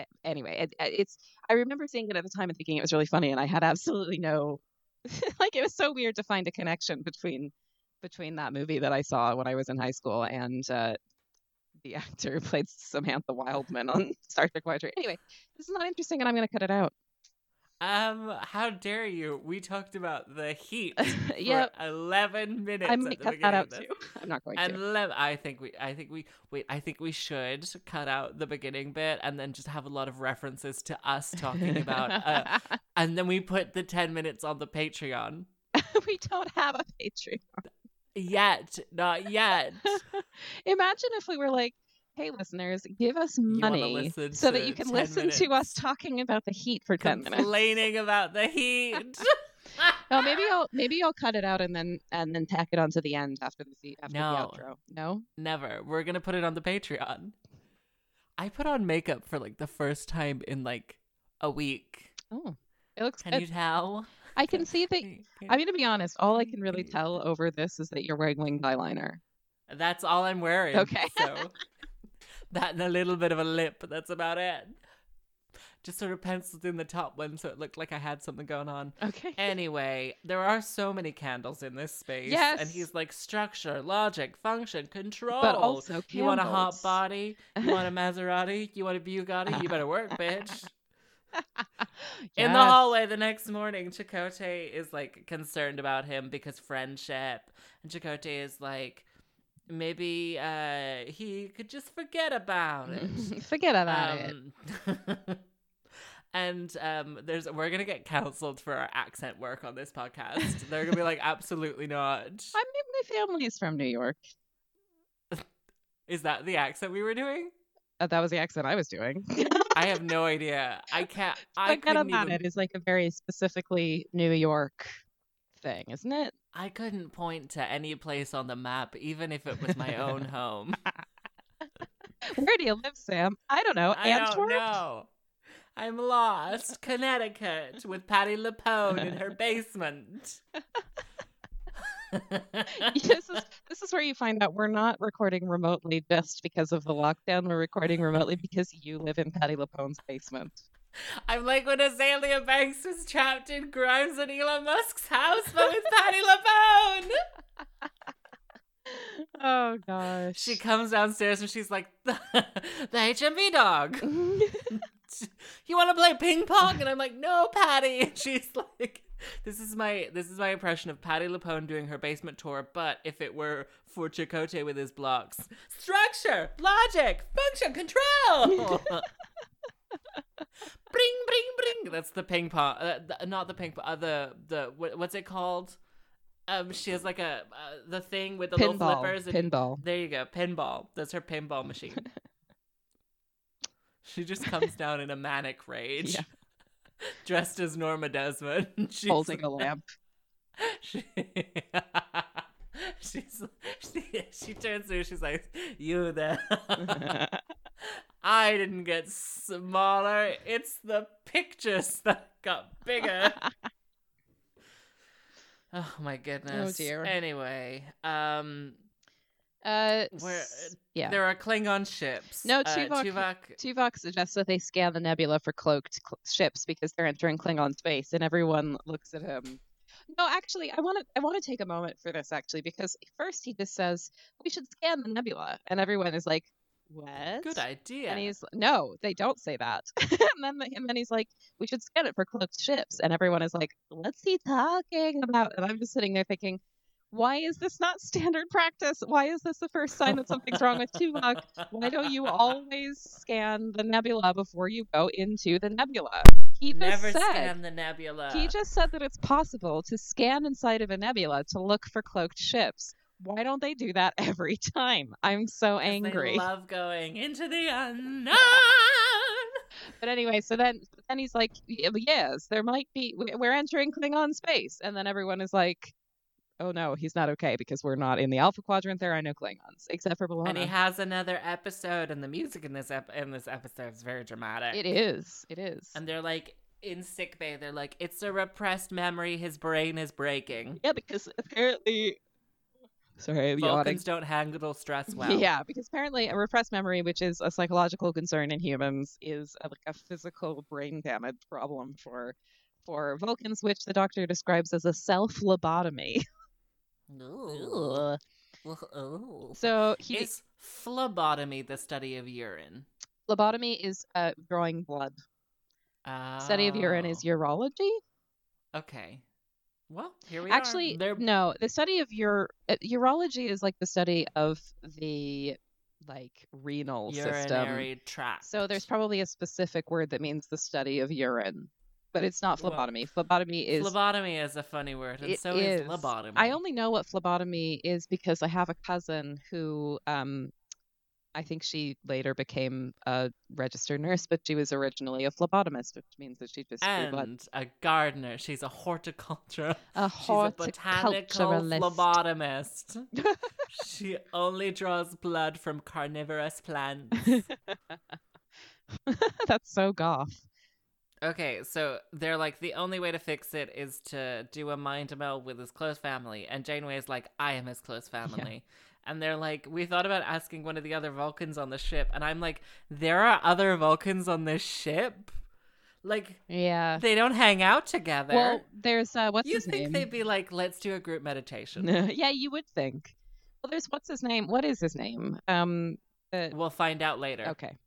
a- Anyway, it, uh, it's. I remember seeing it at the time and thinking it was really funny, and I had absolutely no. [LAUGHS] like it was so weird to find a connection between between that movie that I saw when I was in high school and uh, the [LAUGHS] actor who played Samantha Wildman on Star Trek Voyager. Anyway, this is not interesting, and I'm going to cut it out. Um, how dare you? We talked about the [LAUGHS] heat for Yep. eleven minutes. I'm at going the to cut that beginning of out this. too. [LAUGHS] I'm not going And to. lem- I think we, I think we, wait, I think we should cut out the beginning bit and then just have a lot of references to us talking about, [LAUGHS] uh, and then we put the ten minutes on the Patreon. we don't have a Patreon. [LAUGHS] Yet, not yet. Imagine if we were like, "Hey, listeners, give us wanna money listen so that to you can 10 listen to us minutes. talking about the heat for [LAUGHS] ten minutes." Complaining about the heat. [LAUGHS] Oh, maybe I'll maybe I'll cut it out and then and then tack it on to the end after the se- after No. the outro. No, [LAUGHS] Never. We're gonna put it on the Patreon. I put on makeup for like the first time in like a week. oh, it looks Can good. you tell? I can see [LAUGHS] that. Can- can- I'm going to be honest. All I can- can really can you- tell over this is that you're wearing winged eyeliner. That's all I'm wearing. Okay. So [LAUGHS] that and a little bit of a lip, but that's about it. Just sort of penciled in the top one so it looked like I had something going on. Okay. Anyway, there are so many candles in this space. And Yes. he's like structure, logic, function, control. but also you want a hot candles. body? You [LAUGHS] want a Maserati? You want a Bugatti? You better work, bitch. In the Yes. hallway the next morning, Chicote is like concerned about him because friendship. And Chicote is like, maybe uh, he could just forget about it. [LAUGHS] Forget [LAUGHS] about it. Um, [LAUGHS] and um, there's we're gonna get counseled for our accent work on this [LAUGHS] podcast. They're gonna be like, absolutely not. I mean, my family is from New York. Is that the accent we were doing? Uh, that was the accent I was doing. I have no idea. I can't. I Forget couldn't about even it is like a very specifically New York thing, isn't it? I couldn't point to any place on the map, even if it was my [LAUGHS] own home. Where do you live, Sam? I don't know. I don't Oh, Antwerp. know. I'm lost. Connecticut with Patty Lapone in her basement. [LAUGHS] this is this is where you find out we're not recording remotely just because of the lockdown. We're recording remotely because you live in Patty Lapone's basement. I'm like when Azalea Banks was trapped in Grimes and Elon Musk's house, but with Patty Lapone. Oh gosh. She comes downstairs and she's like, [LAUGHS] the, the HMV [LAUGHS] dog. [LAUGHS] you want to play ping pong and i'm like no patty [LAUGHS] and she's like this is my this is my impression of patty lapone doing her basement tour but if it were for chicote with his blocks structure logic function [LAUGHS] control bring bring bring that's the ping pong uh, th- not the ping pong uh, the the wh- what's it called um she has like a uh, the thing with the little pinball. flippers and pinball. there you go, pinball. That's her pinball [LAUGHS] machine. she just comes down in a manic rage, Yeah. [LAUGHS] dressed as Norma Desmond. [LAUGHS] She's Holding a lamp. [LAUGHS] She... [LAUGHS] She's she, she turns to her, she's like, You there. [LAUGHS] I didn't get smaller. It's the pictures that got [LAUGHS] bigger. oh my goodness. dear. Anyway, um, Uh, Where- s- yeah. There are Klingon ships. No, Uh, Tuvok- Tuvok suggests that they scan the nebula for cloaked cl- ships because they're entering Klingon space, and everyone looks at him. No, actually, I want to. I want to take a moment for this actually because first he just says we should scan the nebula, and everyone is like, "What?" good idea. [LAUGHS] And he's no, they don't say that. [LAUGHS] and then the- and then he's like, "We should scan it for cloaked ships," and everyone is like, "What's he talking about?" And I'm just sitting there thinking. why is this not standard practice? Why is this the first sign that something's wrong with Tuvok? Why don't you always scan the nebula before you go into the nebula? He just Never said scan the nebula. he just said that it's possible to scan inside of a nebula to look for cloaked ships. Why don't they do that [LAUGHS] every time? I'm so 'Cause They angry. love going into the unknown. But anyway, so then then he's like, "Y- "Yes, there might be. we- We're entering Klingon space," and then everyone is like, "Oh no, he's not okay because we're not in the Alpha Quadrant. There are no Klingons except for And he B'Elanna." has another episode, and the music in this ep- in this episode is very dramatic. it is. It is. And they're like in sick bay. They're like, it's a repressed memory. His brain is breaking. yeah, because apparently, sorry, I'm yawning. Vulcans don't handle stress well. Yeah, because apparently a repressed memory, which is a psychological concern in humans, is a, like a physical brain damage problem for for Vulcans, which the doctor describes as a self lobotomy. Ooh. Ooh. So he Is phlebotomy the study of urine? lobotomy is uh, drawing blood. Study of urine is Oh, urology. Okay. Well, here we Actually, are. They're- no, the study of your uh, urology is like the study of the like renal system. urinary tract. So there's probably a specific word that means the study of urine, but it's not Well, phlebotomy. phlebotomy is. phlebotomy is a funny word, and it so is, is. lobotomy. I only know what phlebotomy is because I have a cousin who, um, I think she later became a registered nurse, but she was originally a phlebotomist, which means that she just drew blood. and a gardener. She's a horticulturist. a [LAUGHS] She's a botanical horticulturalist. phlebotomist. she only draws blood from carnivorous plants. [LAUGHS] [LAUGHS] That's so goth. Okay, so they're like the only way to fix it is to do a mind meld with his close family, and Janeway is like, "I am his [LAUGHS] close family," and they're like, "We thought about asking one of the other Vulcans on the ship," and I'm like, "There are other Vulcans on this ship, like Yeah. they don't hang out together." Well, there's uh, what's you his think name? they'd be [LAUGHS] like, "Let's do a group meditation." [LAUGHS] yeah, you would think. Well, there's what's his name? What is his name? Um, uh, we'll find out later. [LAUGHS] okay.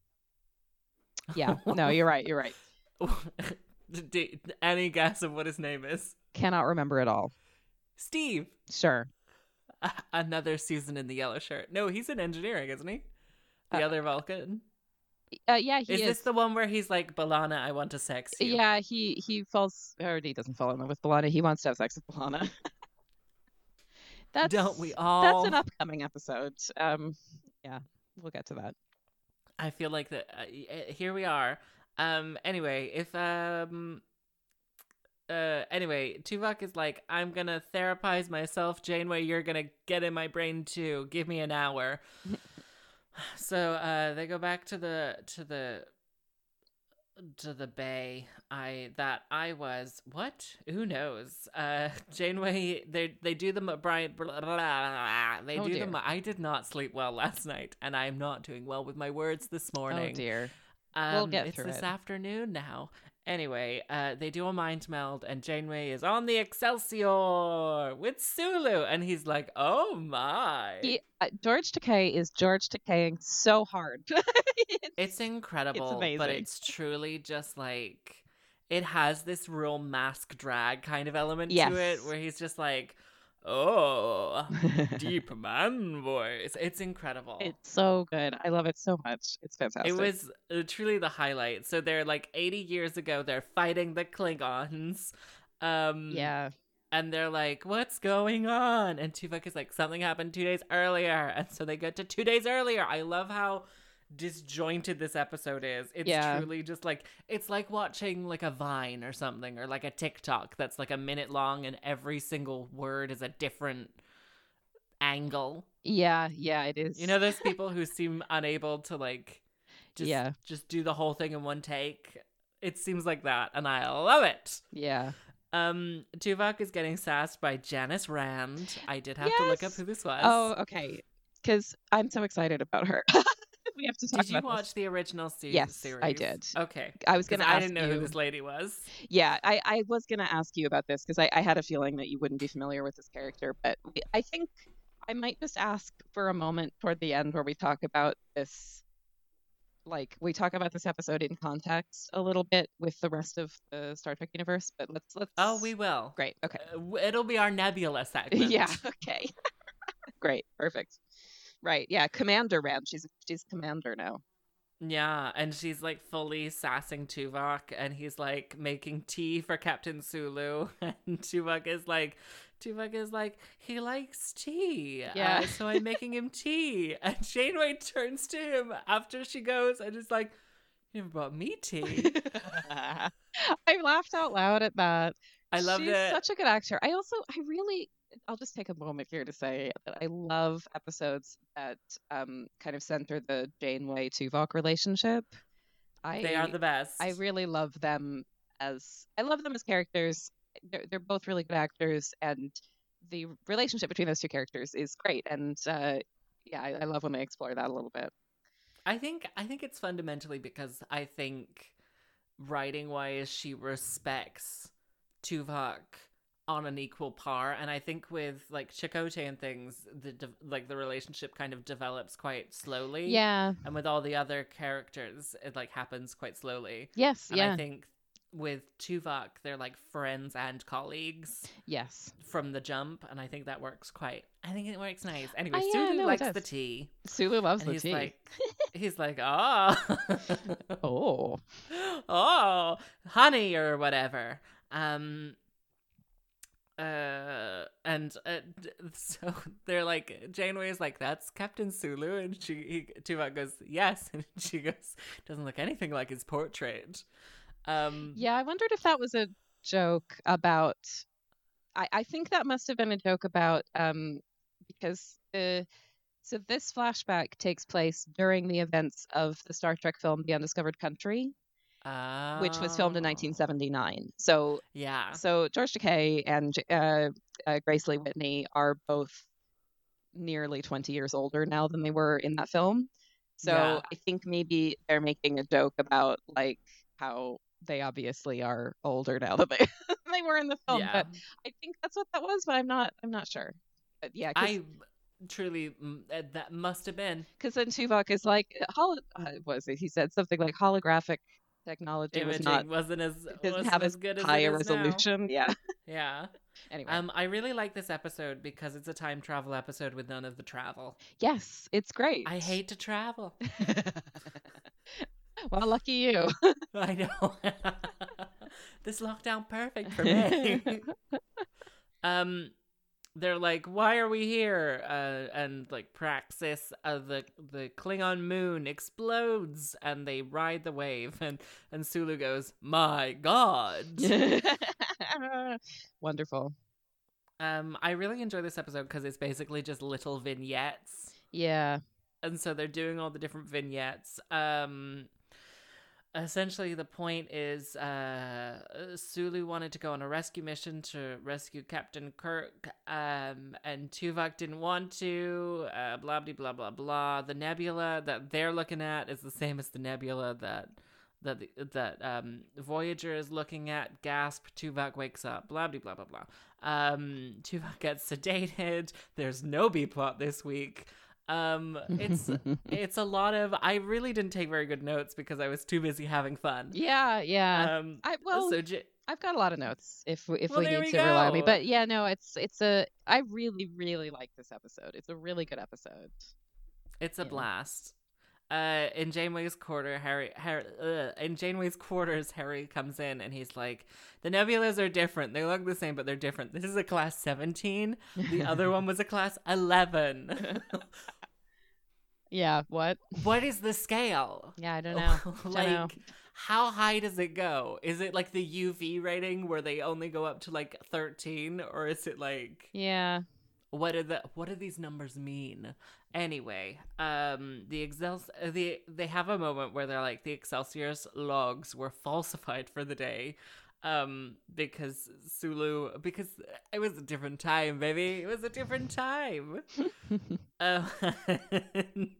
Yeah, no, you're right. You're right. [LAUGHS] D- Any guess of what his name is? Cannot remember at all. Steve. Sure. Uh, [LAUGHS] another season in the yellow shirt. No, he's in engineering, isn't he? The Uh, other Vulcan. Uh, yeah, he Is is. this the one where he's like, Balana, I want to sex you? Yeah, he he falls or he doesn't fall in love with Balana. He wants to have sex with Balana. [LAUGHS] that's Don't we That's all? an upcoming episode. Um, yeah, we'll get to that. I feel like that. Uh, y- uh, here we are. Um. Anyway, if um. Uh. Anyway, Tuvok is like, I'm gonna therapize myself. Janeway, you're gonna get in my brain too. Give me an [LAUGHS] hour. so uh, they go back to the to the to the bay. I that I was what? Who knows? Uh, [LAUGHS] Janeway. They they do the M- Brian. Blah, blah, blah, blah. They Oh, do dear. the. M- I did not sleep well [LAUGHS] last night, and I am not doing well with my words this morning. Oh dear. Um, We'll get it's through this it. afternoon now. Anyway, uh, they do a mind meld, and Janeway is on the Excelsior with Sulu, and he's like, "Oh my!" He, uh, George Takei is George Takeiing so hard. [LAUGHS] It's incredible, but amazing. it's truly just like it has this real mask drag kind of element to it, Yes. where he's just like, "Oh, deep man voice." It's incredible. It's so good. I love it so much. It's fantastic. It was uh, truly the highlight. So they're like 80 years ago, they're fighting the Klingons. Um, yeah. And they're like, what's going on? And Tuvok is like, something happened two days earlier. And so they get to two days earlier. I love how disjointed this episode is. It's Yeah. truly just like, it's like watching like a Vine or something or like a TikTok that's like a minute long and every single word is a different angle. Yeah, yeah, it is. You know those people who seem unable to like just Yeah. just do the whole thing in one take. It seems like that and I love it. yeah. Um Tuvok is getting sassed by Janice Rand. I did have to look up Yes. who this was. Oh, okay. Because I'm so excited about her. [LAUGHS] we have to talk did you about this. watch the original se- Yes, I series? did. Okay. I was 'Cause gonna. I ask didn't know who you- this lady was. Yeah, I, I was going to ask you about this because I, I had a feeling that you wouldn't be familiar with this character, but we- I think I might just ask for a moment toward the end where we talk about this like we talk about this episode in context a little bit with the rest of the Star Trek universe, but let's let's Oh, we will. great. [LAUGHS] Okay. [LAUGHS] Uh, w- It'll be our Nebula segment. yeah, okay. [LAUGHS] great. Perfect. Right. Yeah, Commander Rand. She's she's commander now. Yeah, and she's like fully sassing Tuvok, and he's like making tea for Captain Sulu, [LAUGHS] and Tuvok is like, Tuvok is like, he likes tea, uh, Yeah. so I'm making him tea, [LAUGHS] and Janeway turns to him after she goes and is like, "You never brought me [LAUGHS] [LAUGHS] tea." I laughed out loud at that. I loved She's it. such a good actor. I also, I really, I'll just take a moment here to say that I love episodes that um, kind of center the Janeway Tuvok relationship. I, they are the best. I really love them as I love them as characters. They're, they're both really good actors, and the relationship between those two characters is great. And uh, yeah, I, I love when they explore that a little bit. I think I think it's fundamentally because I think writing wise she respects Tuvok on an equal par and I think with like Chakotay and things the de- like the relationship kind of develops quite slowly Yeah. and with all the other characters it like happens quite slowly Yes. and I think with Tuvok they're like friends and colleagues yes. from the jump and I think that works quite I think it works nice anyway Uh, yeah, Sulu no, it likes the does. tea Sulu loves and the he's tea. like [LAUGHS] he's like ah oh. [LAUGHS] oh honey or whatever um uh and uh, d- [LAUGHS] so they're like Janeway is like that's Captain Sulu and she he, Tuvok goes yes [LAUGHS] and she goes doesn't look anything like his portrait um Yeah, I wondered if that was a joke about. I, I think that must have been a joke about um, because the so this flashback takes place during the events of the Star Trek film The Undiscovered Country, which was filmed in oh. 1979. So yeah so George Takei and uh, uh, Grace Lee Whitney are both nearly 20 years older now than they were in that film. So Yeah. I think maybe they're making a joke about like how they obviously are older now than they, [LAUGHS] they were in the film. yeah But I think that's what that was, but I'm not I'm not sure. But yeah, I truly mm, uh, that must have been because then Tuvok is like, holo- uh, what was it? He said something like holographic technology was imaging not wasn't as doesn't wasn't have as as good as it high a is now. Um, resolution. Yeah. yeah Anyway. Um, I really like this episode because it's a time travel episode with none of the travel. yes, it's great. I hate to travel. well, lucky you. I know. [LAUGHS] this lockdown perfect for me. um, they're like, why are we here? Uh, and like Praxis, uh, the the Klingon moon explodes, and they ride the wave, and and Sulu goes, my god. [LAUGHS] [LAUGHS] Wonderful. um, I really enjoy this episode because it's basically just little vignettes. [LAUGHS] Yeah. and so they're doing all the different vignettes um essentially the point is uh sulu wanted to go on a rescue mission to rescue captain kirk um and tuvok didn't want to uh blah blah blah blah blah the nebula that they're looking at is the same as the nebula that that the, that um voyager is looking at gasp tuvok wakes up blah blah blah blah blah um tuvok gets sedated there's no b plot this week um [LAUGHS] it's it's a lot of i really didn't take very good notes because i was too busy having fun yeah, yeah. um I well, so J- I've got a lot of notes if we- if Well, we there need we to rely on me. go. But yeah, no, it's it's a I really really like this episode. It's a really good episode. it's a yeah. blast uh in janeway's quarter harry, harry uh, in janeway's quarters harry comes in and he's like the nebulas are different they look the same but they're different this is a class 17 the other one was a class 11 [LAUGHS] Yeah, what? what is the scale [LAUGHS] Yeah, I don't know. like know. how high does it go is it like the uv rating where they only go up to like 13 or is it like Yeah. [LAUGHS] what are the what do these numbers mean anyway um the excel the they have a moment where they're like the excelsior's logs were falsified for the day um because sulu because it was a different time baby it was a different time [LAUGHS] um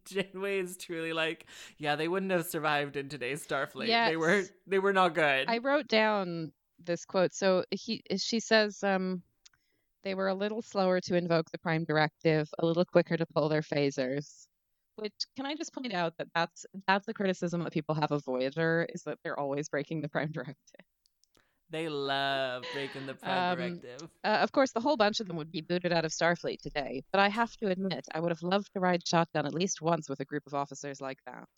janeway is truly like yeah they wouldn't have survived in today's starfleet they were Yes. they were not good I wrote down this quote. So he she says um they were a little slower to invoke the prime directive, a little quicker to pull their phasers. Which can I just point out that that's that's the criticism that people have of Voyager is that they're always breaking the prime [LAUGHS] directive. They love breaking the prime Um, directive. Uh, of course, the whole bunch of them would be booted out of Starfleet today, but I have to admit, I would have loved to ride shotgun at least once with a group of officers like that.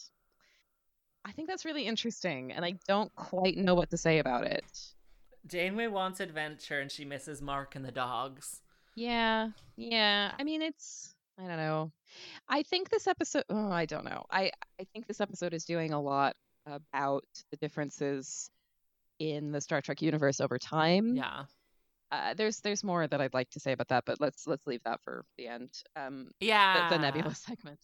I think that's really interesting, and I don't quite know what to say about it. Janeway wants adventure and she misses Mark and the dogs. Yeah, yeah. I mean, it's I don't know. I think this episode. Oh, I don't know. I I think this episode is doing a lot about the differences in the Star Trek universe over time. Yeah. Uh, there's there's more that I'd like to say about that, but let's let's leave that for the end. Um, the, Yeah. the nebula [LAUGHS] segment.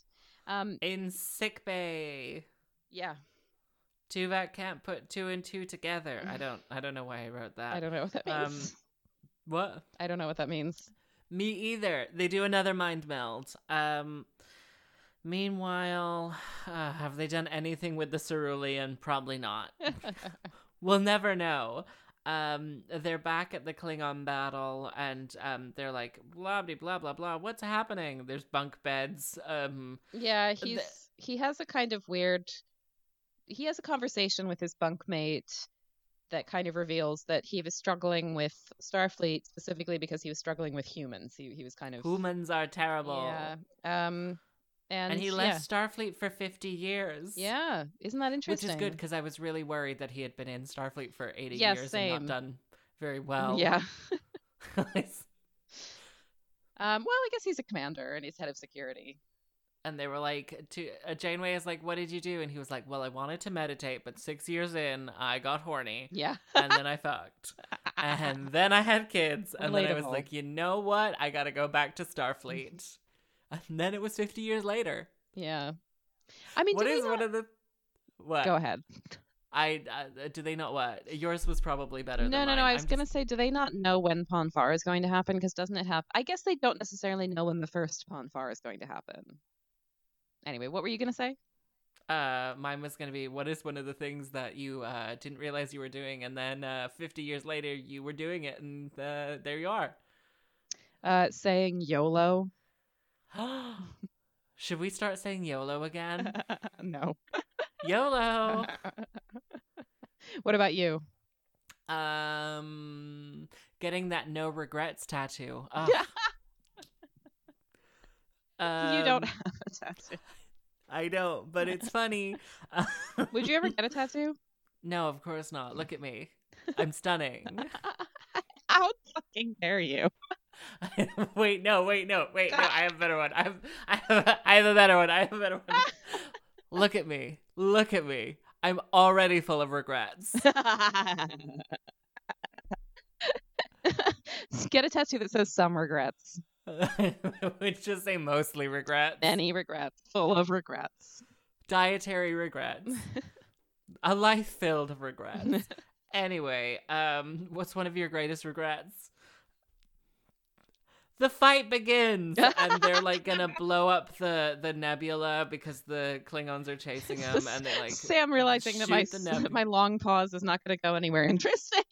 Um, In sick bay. yeah, Tuvok can't put two and two together. I don't I don't know why I wrote that. Mm. I don't know what that um, means. [LAUGHS] What? I don't know what that means. [LAUGHS] Me either. They do another mind meld. Um meanwhile, [SIGHS] uh, have they done anything with the cerulean? Probably not. we'll never know. Um, they're back at the Klingon battle, and um, they're like blah blah blah blah blah. What's happening? There's bunk beds. Um, yeah, The- he's he has a kind of weird. He has a conversation with his bunkmate that kind of reveals that he was struggling with Starfleet specifically because he was struggling with humans. He he was kind of humans are terrible, Yeah. Um, and, and, he left Starfleet for fifty years. Yeah. yeah, isn't that which interesting? is good because I was really worried that he had been in Starfleet for eighty Yeah, years same. and not done very well. [LAUGHS] Yeah. and Um, well, I guess he's a commander and he's head of security. they were like, to uh, Janeway is like, "What did you do?" And he was like, "Well, I wanted to meditate, but six years in, I got horny." Yeah. and then I fucked. [LAUGHS] And then I had kids. And then I was Relatable. like, you know what? I got to go back to Starfleet. and then it was 50 years later. Yeah. I mean, what do they is not- one of the. What? Go ahead. I uh, do they not what? Yours was probably better No, than no, mine. no. I was I'm gonna just- say, do they not know when Ponfar is going to happen? Because doesn't it happen? I guess they don't necessarily know when the first Ponfar is going to happen. Anyway, what were you gonna say? uh mine was going to be what is one of the things that you uh didn't realize you were doing and then uh 50 years later you were doing it and uh, there you are. Uh, [LAUGHS] saying YOLO. [GASPS] Should we start saying YOLO again? [LAUGHS] [LAUGHS] no. Oh. YOLO. what about you? Um, getting that no regrets tattoo. Ugh. you don't [LAUGHS] Um, have a [LAUGHS] tattoo. I don't, but [LAUGHS] it's funny. Would you ever get [LAUGHS] a tattoo? no, of course not. Look at me. [LAUGHS] I'm stunning. [LAUGHS] How fucking dare you? wait, no, wait, no, wait, no. I have a better one. I have, I have, a, I have a better one. I have a better [LAUGHS] one. Look at me. Look at me. I'm already full of regrets. [LAUGHS] [LAUGHS] get a tattoo that says some regrets, I would just say mostly regrets. many regrets, full of regrets. dietary [LAUGHS] regrets a life filled of regrets anyway um what's one of your greatest regrets the fight begins and they're like [LAUGHS] gonna blow up the the nebula because the klingons are [LAUGHS] chasing them and they like Sam realizing that my shoot the s- nub. my long pause is not going to go anywhere [LAUGHS] interesting.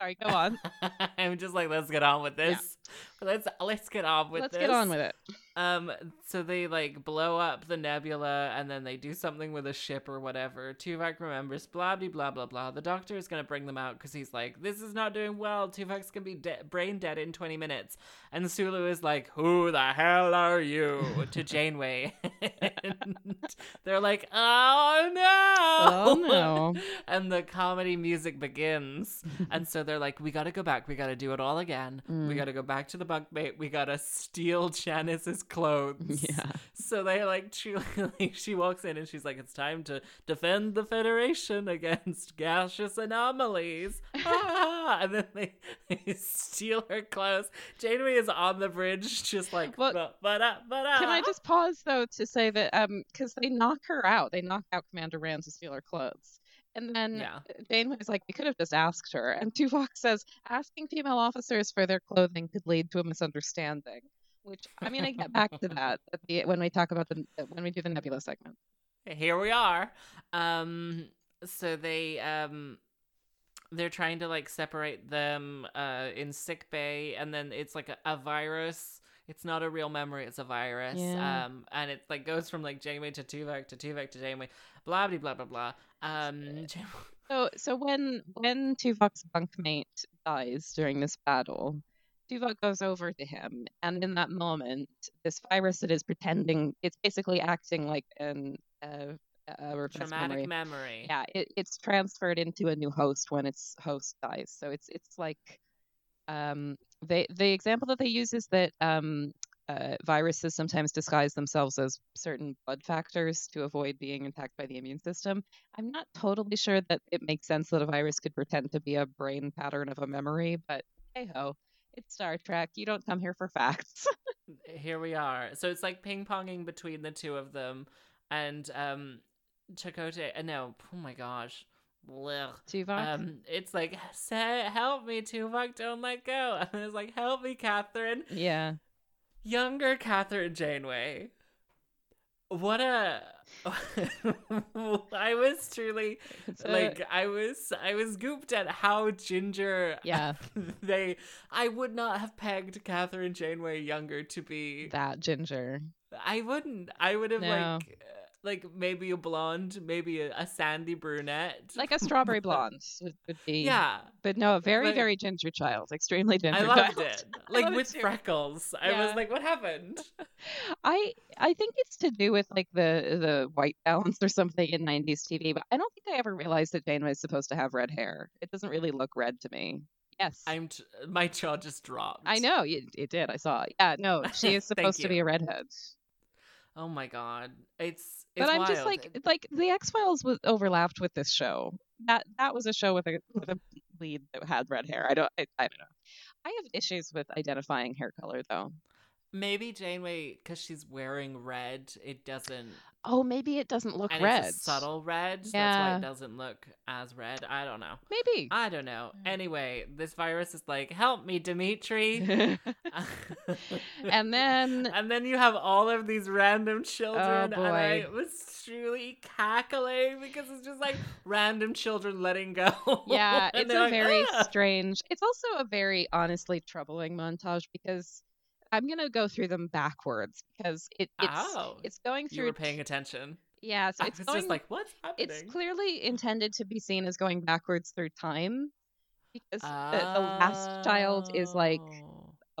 Sorry, go on. [LAUGHS] i'm just like let's get on with Yeah. this let's let's get on [LAUGHS] with Let's this get on with it. Um, so they like blow up the nebula and then they do something with a ship or whatever. Tuvok remembers, blah, blah, blah, blah, blah. The doctor is going to bring them out because he's like, this is not doing well. Tuvok's going to be de- brain dead in 20 minutes. And Sulu is like, who the hell are you? [LAUGHS] to Janeway. and they're like, oh no. Oh no. [LAUGHS] and the comedy music begins. And so they're like, we got to go back. We got to do it all again. We Mm. got to go back to the bunkmate. We got to steal Janice's clothes. [LAUGHS] Yeah. So they like, [LAUGHS] she, like, she walks in and she's like, it's time to defend the Federation against gaseous [LAUGHS] anomalies. ah! And then they, they steal her clothes. Janeway is on the bridge, just like, Well, "Ba- ba-da, ba-da." Can I just pause though to say that um because they knock her out, they knock out Commander Rand to steal her clothes, and then Yeah. Janeway's like, we could have just asked her, and Tuvok says asking female officers for their clothing could lead to a misunderstanding. Which I'm going to get back [LAUGHS] to that at the, when we talk about the when we do the Nebula segment. here we are um so they um they're trying to like separate them uh in sick bay and then it's like a, a virus it's not a real memory, it's a virus. Yeah. Um, and it like goes from like Janeway to Tuvok to Tuvok to Janeway, blah blah blah blah blah. Um, [LAUGHS] Jan- So so when when Tuvok's bunkmate dies during this battle, Tuvok goes over to him, and in that moment, this virus that is pretending it's basically acting like an uh, a repressed memory. traumatic memory. Yeah, it, it's transferred into a new host when its host dies. So it's it's like um, they the example that they use is that um, uh, viruses sometimes disguise themselves as certain blood factors to avoid being attacked by the immune system. I'm not totally sure that it makes sense that a virus could pretend to be a brain pattern of a memory, but hey ho, it's Star Trek. You don't come here for facts. [LAUGHS] here we are. So it's like ping ponging between the two of them, and um, Chakotay. Uh, no, oh my gosh, Blech. Tuvok. um, it's like say help me, Tuvok, don't let go, [LAUGHS] and it's like help me, Catherine, [LAUGHS] yeah. younger Catherine Janeway. What a! [LAUGHS] I was truly It's a- like I was I was gooped at how ginger yeah, [LAUGHS] they I would not have pegged Catherine Janeway younger to be [LAUGHS] that ginger. I wouldn't. I would have No. like uh, like maybe a blonde, maybe a, a sandy brunette. Like a strawberry blonde would, would be yeah, But no, a very, Like- very ginger child, extremely [LAUGHS] ginger I loved child. it. Like love it with too. freckles. I Yeah. was like, what [LAUGHS] happened? I I think it's to do with like the the white balance or something in '90s TV, but I don't think I ever realized that Janeway is supposed to have red hair. It doesn't really look red to me. Yes, i I'm t- my jaw just dropped. know it, it did. I saw. it. Yeah, [LAUGHS] no, she Thank is supposed to be you. a redhead. Oh my god, it's it's but I'm wild. just like like the X Files was overlapped with this show. That that was a show with a with a lead that had red hair. I don't I, I don't know. I have issues with identifying hair color though. maybe Janeway because she's wearing red, it doesn't. Oh, maybe it doesn't look And red. it's a subtle red. That's why Yeah. it doesn't look as red. I don't know. Maybe. I [LAUGHS] don't know. Mm. Anyway, this virus is like, help me, Dimitri. [LAUGHS] and then and then you have all of these random children and i boy. was truly cackling because it's just like random children letting go [LAUGHS] yeah [LAUGHS] And it's they're a like, very "Ah!" strange it's also a very honestly troubling montage because i'm going to go through them backwards because it, it's oh it's going you through were paying attention [LAUGHS] yeah so i it's was going just like what's happening it's clearly intended to be seen as going backwards through time because the, the last child is like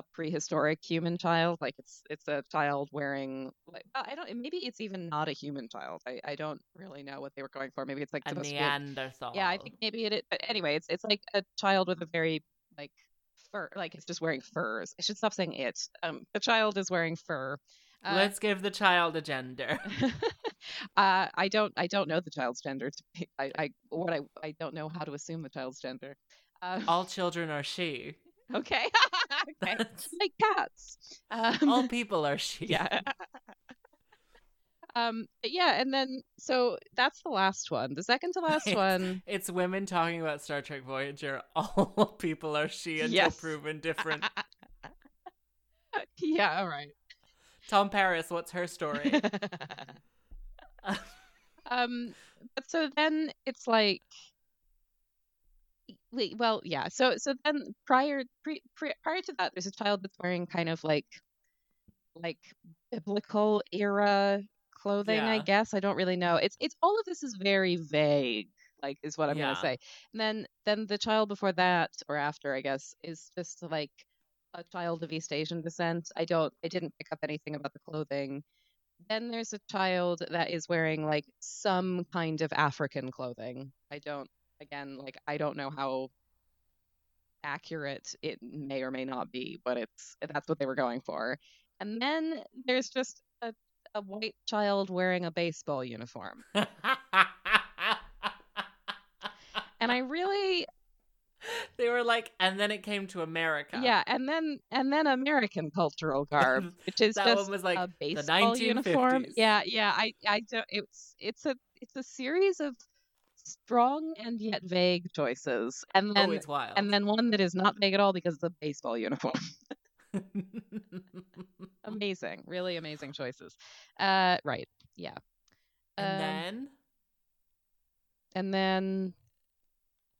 Oh. a prehistoric human child like it's it's a child wearing like i don't maybe it's even not a human child i, I don't really know what they were going for maybe it's like a supposed to be a- neanderthal Yeah, I think maybe it is. But anyway, it's it's like a child with a very like fur, like it's just wearing furs. I should stop saying it. Um, the child is wearing [LAUGHS] fur. Uh, let's give the child a gender uh, I don't I don't know the child's gender. To be, I, I what I I don't know how to assume the child's gender. Uh, all children are she [LAUGHS] okay, [LAUGHS] okay, like cats. [LAUGHS] Um, all people are she [LAUGHS] yeah. um, but yeah, and then so that's the last one. The second to last Yes. one. It's women talking about Star Trek Voyager. [LAUGHS] All people are she until Yes. proven [LAUGHS] different. [LAUGHS] yeah, all right. Tom Paris, what's her story? [LAUGHS] [LAUGHS] um, but so then it's like, wait, well, yeah. So so then prior pre, pre, prior to that, there's a child that's wearing kind of like like biblical era clothing. I Yeah. guess I don't really know. It's it's all of this is very vague. Like is what I'm gonna Yeah. say. And then then the child before that or after, I guess, is just like a child of East Asian descent. I don't I didn't pick up anything about the clothing. Then there's a child that is wearing like some kind of African clothing. I don't again like I don't know how accurate it may or may not be, but it's that's what they were going for. And then there's just a a white child wearing a baseball uniform. And I really they were like, and then it came to America. yeah, and then and then American [LAUGHS] cultural garb, which is that just one was like a the baseball nineteen uniform. fifties. Yeah, yeah. I, I don't. It's, it's a, it's a series of strong and yet vague choices, and then, oh, it's wild. and then one that is not vague at all because it's a baseball uniform. [LAUGHS] amazing, really amazing choices. Uh, right. Yeah. [LAUGHS] and Um, then and then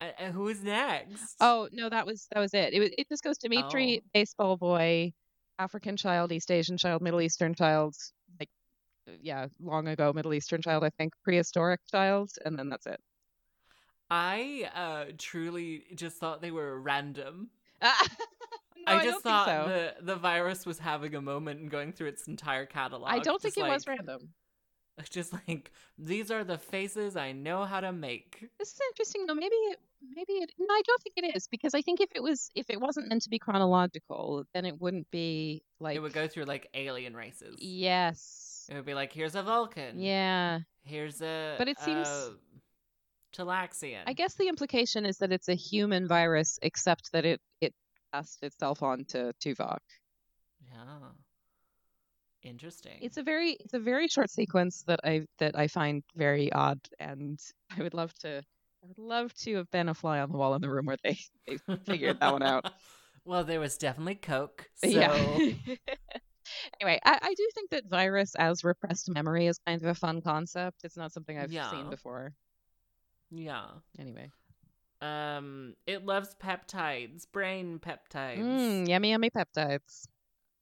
and, and who is uh, next? oh no, that was that was it. It was, it just goes Dimitri, Oh. baseball boy, African child, East Asian child, Middle Eastern child, like uh, yeah, long ago Middle Eastern child, I think, prehistoric child, and then that's it. [LAUGHS] I uh, truly just thought they were random. No, I just don't think thought so. the, the virus was having a moment and going through its entire catalog. I don't think Just it was like- random. [LAUGHS] Just like these are the faces I know how to make. This is interesting though. Maybe it, maybe it. No, I don't think it is because I think if it was, if it wasn't meant to be chronological, then it wouldn't be like. it would go through like alien races. Yes. It would be like here's a Vulcan. Yeah. Here's a. But it seems- uh, Talaxian. I guess the implication is that it's a human virus, except that it it passed itself on to Tuvok. Yeah. Interesting. It's a very it's a very short sequence that I that I find very odd, and [LAUGHS] I would love to I would love to have been a fly on the wall in the room where they they [LAUGHS] figured that one out. well, there was definitely Coke. So [LAUGHS] Yeah. anyway, I, I do think that virus as repressed memory is kind of a fun concept. It's not something I've Yeah. seen before. yeah. Anyway. Um, it loves peptides, brain peptides. Mm, yummy, yummy peptides.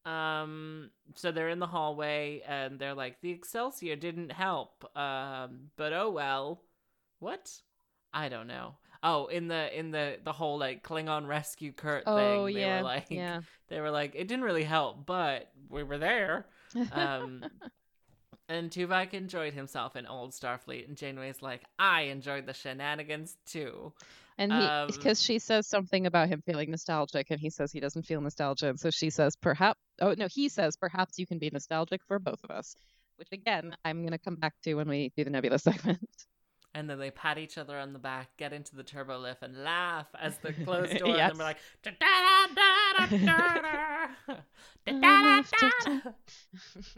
Um, so they're in the hallway and they're like, the Excelsior didn't help. Um, but oh well. What? I don't know. Oh, in the in the the whole like Klingon rescue Kurt Oh thing, they yeah, were like, yeah. [LAUGHS] they were like, it didn't really help, but we were there. [LAUGHS] Um, and Tuvok enjoyed himself in Old Starfleet, and Janeway's like, I enjoyed the shenanigans too. and he because um, she says something about him feeling nostalgic, and he says he doesn't feel nostalgia, and so she says perhaps. Oh no, he says perhaps you can be nostalgic for both of us. Which again, I'm going to come back to when we do the Nebula [LAUGHS] segment. And then they pat each other on the back, get into the turbo lift, and laugh as the closed door. Yes. And we're like, "Da-da-da-da-da-da-da." Da-da-da-da-da.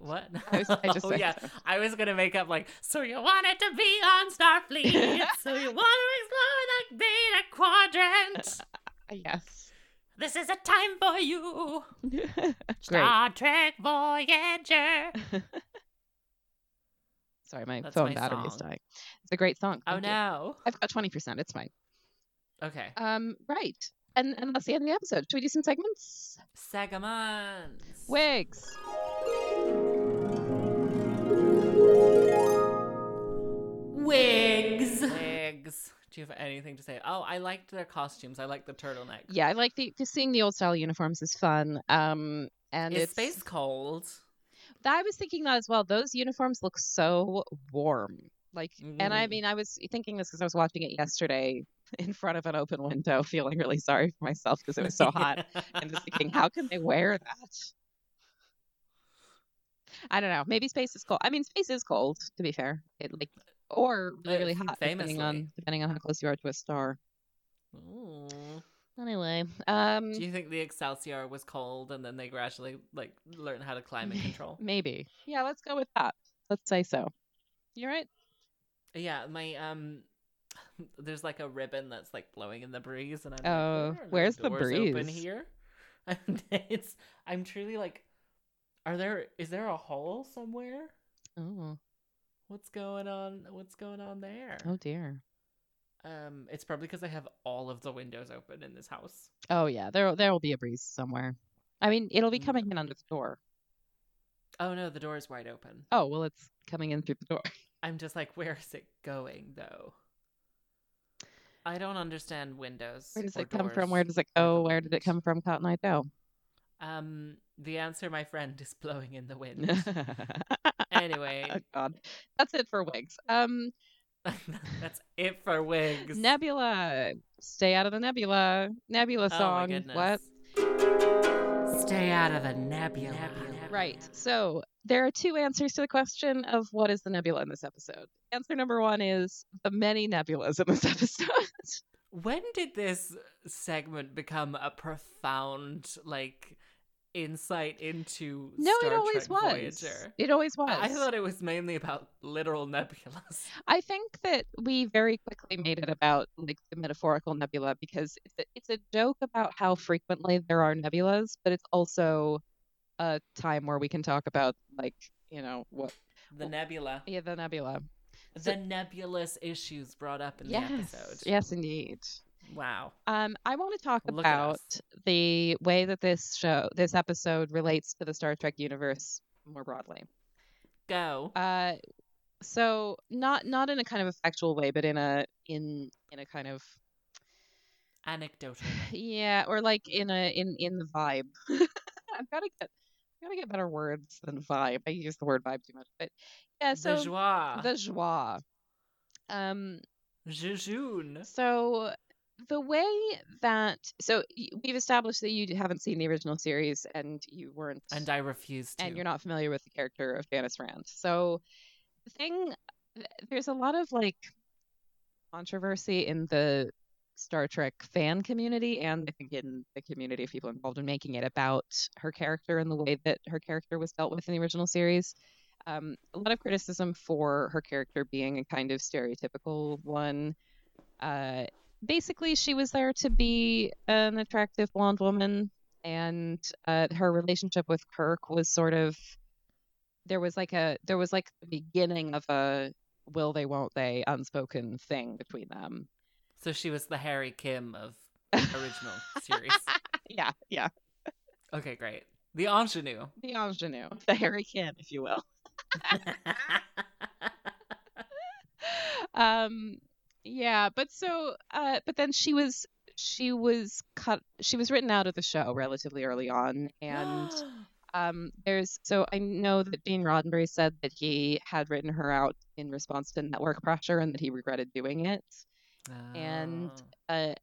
what? I [LAUGHS] was- I just oh said yeah, that. I was gonna make up like, so you wanted to be on Starfleet, so you want to explore the Beta Quadrant. [LAUGHS] Yes. [LAUGHS] This is a time for you. Great. Star Trek Voyager. Sorry, my That's phone my battery is song. dying. It's a great song. Oh Thank you. no. I've got twenty percent. It's fine. Okay. Um, right. And and that's the end of the episode. Should we do some segments? Sagamons. Wigs. Wigs. Wigs. Do you have anything to say? Oh, I liked their costumes. I liked the turtleneck. Yeah, I like the 'cause seeing the old style uniforms is fun. Um, and Is it's space cold? I was thinking that as well. Those uniforms look so warm. Like, and I Mm. mean, I was thinking this because I was watching it yesterday [LAUGHS] in front of an open window, feeling really sorry for myself because it was [LAUGHS] so hot, and just thinking, how can they wear that? I don't know. Maybe space is cold. I mean, space is cold. To be fair, it like or really, Uh, really hot, depending famously. on depending on how close you are to a star. Ooh. Anyway, um, Do you think the Excelsior was cold and then they gradually like learn how to climate control? [LAUGHS] maybe. Yeah, let's go with that. Let's say so. You're right. yeah, my um [LAUGHS] there's like a ribbon that's like blowing in the breeze and I'm Oh, like, "Where are where's the doors open breeze?" here? [LAUGHS] it's I'm truly like are there is there a hole somewhere? Oh, What's going on? What's going on there? oh dear. Um, it's probably because I have all of the windows open in this house. Oh yeah, there there will be a breeze somewhere. I mean, it'll be Mm. coming in under the door. Oh no, the door is wide open. Oh well, it's coming in through the door. [LAUGHS] I'm just like, where is it going though? I don't understand windows. Where does or it come from? doors. Where does it or the go? Where did wind. it come from? Cotton Eye Joe. [LAUGHS] Um, the answer, my friend, is blowing in the [LAUGHS] wind. anyway, oh God, that's it for wigs. Um, [LAUGHS] that's it for wigs. Nebula, stay out of the Nebula. Nebula oh my song. goodness. what? Stay out of the nebula. Right. So there are two answers to the question of what is the nebula in this episode. Answer number one is the many nebulas in this [LAUGHS] episode. When did this segment become a profound like insight into no, Star it always Trek was. Voyager? It always was. I thought it was mainly about literal [LAUGHS] nebulas. I think that we very quickly made it about like the metaphorical nebula because it's a, it's a joke about how frequently there are nebulas, but it's also a time where we can talk about like you know what The nebula. yeah the nebula. The nebulous issues brought up in the episode. yes, indeed. Wow. Um, I want to talk Look at about us. the way that this show, this episode relates to the Star Trek universe more broadly. Go. Uh, so not not in a kind of a factual way, but in a in in a kind of Anecdotal. yeah, or like in a in in the vibe. [LAUGHS] I've got to get I've got to get better words than vibe. I use the word vibe too much, but yeah. So the joie. the joie. Um, Jejune. So the way that so y- we've established that you haven't seen the original series and you weren't And I refuse to. and you're not familiar with the character of Janice Rand. So the thing th- there's a lot of like controversy in the Star Trek fan community and I think in the community of people involved in making it about her character and the way that her character was dealt with in the original series. Um, a lot of criticism for her character being a kind of stereotypical one. Uh, basically, she was there to be an attractive blonde woman and uh, her relationship with Kirk was sort of there was like a there was like the beginning of a will they won't they unspoken thing between them. So she was the Harry Kim of original series. [LAUGHS] Yeah, yeah, Okay, great. The [LAUGHS] ingenue. the ingenue, the Harry Kim, if you will. [LAUGHS] [GASPS] [GASPS] um yeah but so uh but then she was she was cut she was written out of the show relatively early on [GASPS] and um there's so i know that dean roddenberry said that he had written her out in response to network pressure and that he regretted doing it And- Oh. uh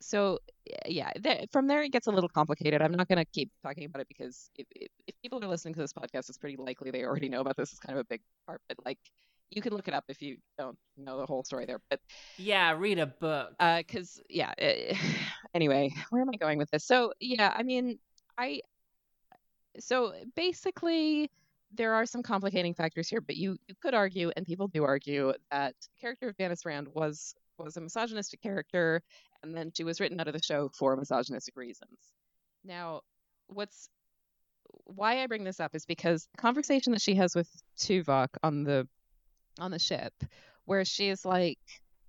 so y- yeah there, from there it gets a little complicated i'm not going to keep talking about it because if, if, if people are listening to this podcast it's pretty likely they already know about this it's kind of a big part but like you can look it up if you don't know the whole story there but yeah, read a book. [GASPS] Uh, because yeah eh, [SIGHS] anyway where am i going with this so yeah i mean i so basically there are some complicating factors here but you you could argue and people do argue that the character of Janice rand was was a misogynistic character and then she was written out of the show for misogynistic reasons now what's why i bring this up is because the conversation that she has with tuvok on the on the ship where she is like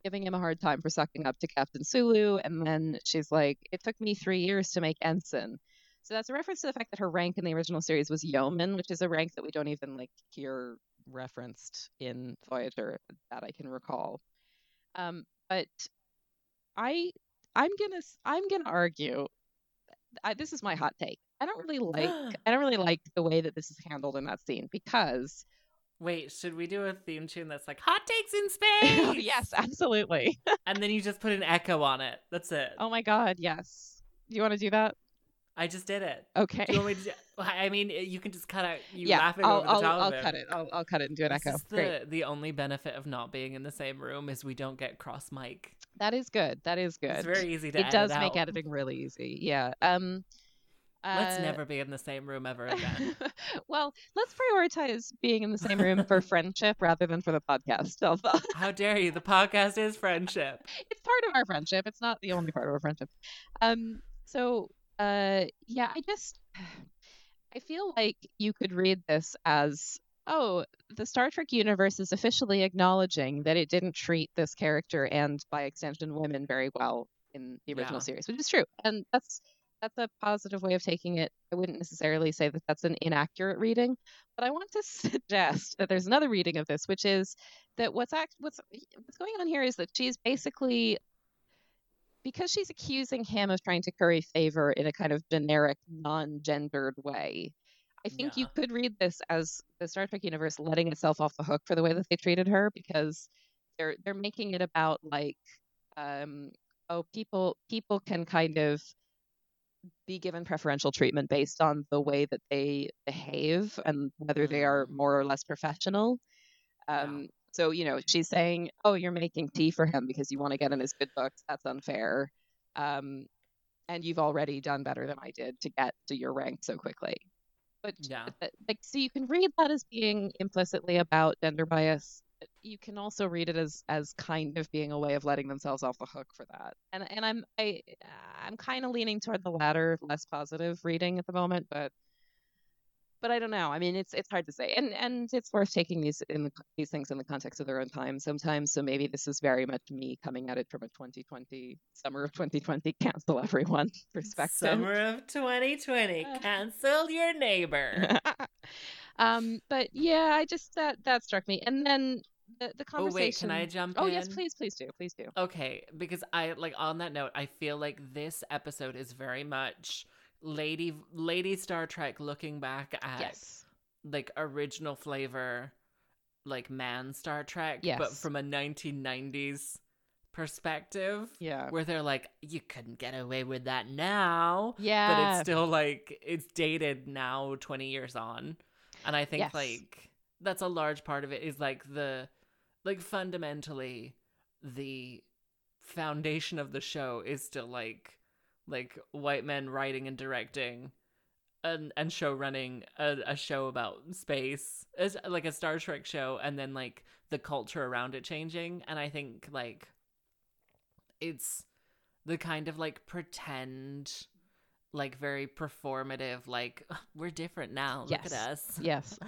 giving him a hard time for sucking up to Captain Sulu. And then she's like, it took me three years to make ensign. So that's a reference to the fact that her rank in the original series was yeoman, which is a rank that we don't even like hear referenced in Voyager that I can recall. Um, but I, I'm gonna, s- I'm gonna argue. I, this is my hot take. I don't [GASPS] really like, I don't really like the way that this is handled in that scene because Wait, should we do a theme tune that's like hot takes in space? [LAUGHS] Oh, yes, absolutely. And then you just put an echo on it. That's it. Oh my God, yes. You want to do that? I just did it. Okay. Do you [LAUGHS] want me to? I mean, you can just cut out you yeah, laughing I'll, over the I'll, top I'll of it. cut it. I'll, I'll cut it and do an This echo. is Great. the, the only benefit of not being in the same room is we don't get cross mic. That is good. That is good. It's very easy to it edit does make out. [LAUGHS] editing really easy. Yeah. Um. Let's uh, never be in the same room [LAUGHS] ever again. well, let's prioritize being in the same room [LAUGHS] for friendship rather than for the podcast. Although How dare you? The podcast is friendship. it's part of our friendship. It's not the only part of our friendship. Um. So, uh, yeah, I just, [SIGHS] I feel like you could read this as, oh, the Star Trek universe is officially acknowledging that it didn't treat this character and, by extension, women very well in the original Yeah. series, which is true, and that's that's a positive way of taking it. I wouldn't necessarily say that that's an inaccurate reading, but I want to [LAUGHS] suggest that there's another reading of this, which is that what's act what's what's going on here is that she's basically because she's accusing him of trying to curry favor in a kind of generic, non-gendered way. I think you Yeah. could read this as the Star Trek universe letting itself off the hook for the way that they treated her because they're they're making it about like um oh people people can kind of be given preferential treatment based on the way that they behave and whether they are Mm. more or less professional. Yeah. Um, So, you know, she's saying, oh, you're making tea for him because you want to get in his good books. That's unfair. Um, and you've already done better than I did to get to your rank so quickly. But Yeah. but, like, so you can read that as being implicitly about gender bias. but You can also read it as as kind of being a way of letting themselves off the hook for that. And and I'm I I'm kind of leaning toward the latter, less positive reading at the moment. But but I don't know. I mean, it's it's hard to say, and and it's worth taking these in the, these things in the context of their own time sometimes. So maybe this is very much me coming at it from a 2020 summer of 2020 cancel everyone [LAUGHS] perspective. Summer of 2020, Uh. cancel your neighbor. um, but yeah, I just that that struck me, and then the the oh conversation. wait, can I jump? Oh yes, in? please, please do, please do. Okay, because I like on that note, I feel like this episode is very much lady lady Star Trek looking back at Yes. like original flavor, like man Star Trek, but Yes. from a 1990s perspective, Yeah. where they're like, you couldn't get away with that now, but Yeah. it's still like it's dated now, 20 years on, and I think Yes. like that's a large part of it is like the like fundamentally the foundation of the show is still like like white men writing and directing and and show running a, a show about space as like a star trek show and then like the culture around it changing and i think like it's the kind of like pretend like very performative like [LAUGHS] we're different now look Yes. at us [GASPS] [LAUGHS] yes.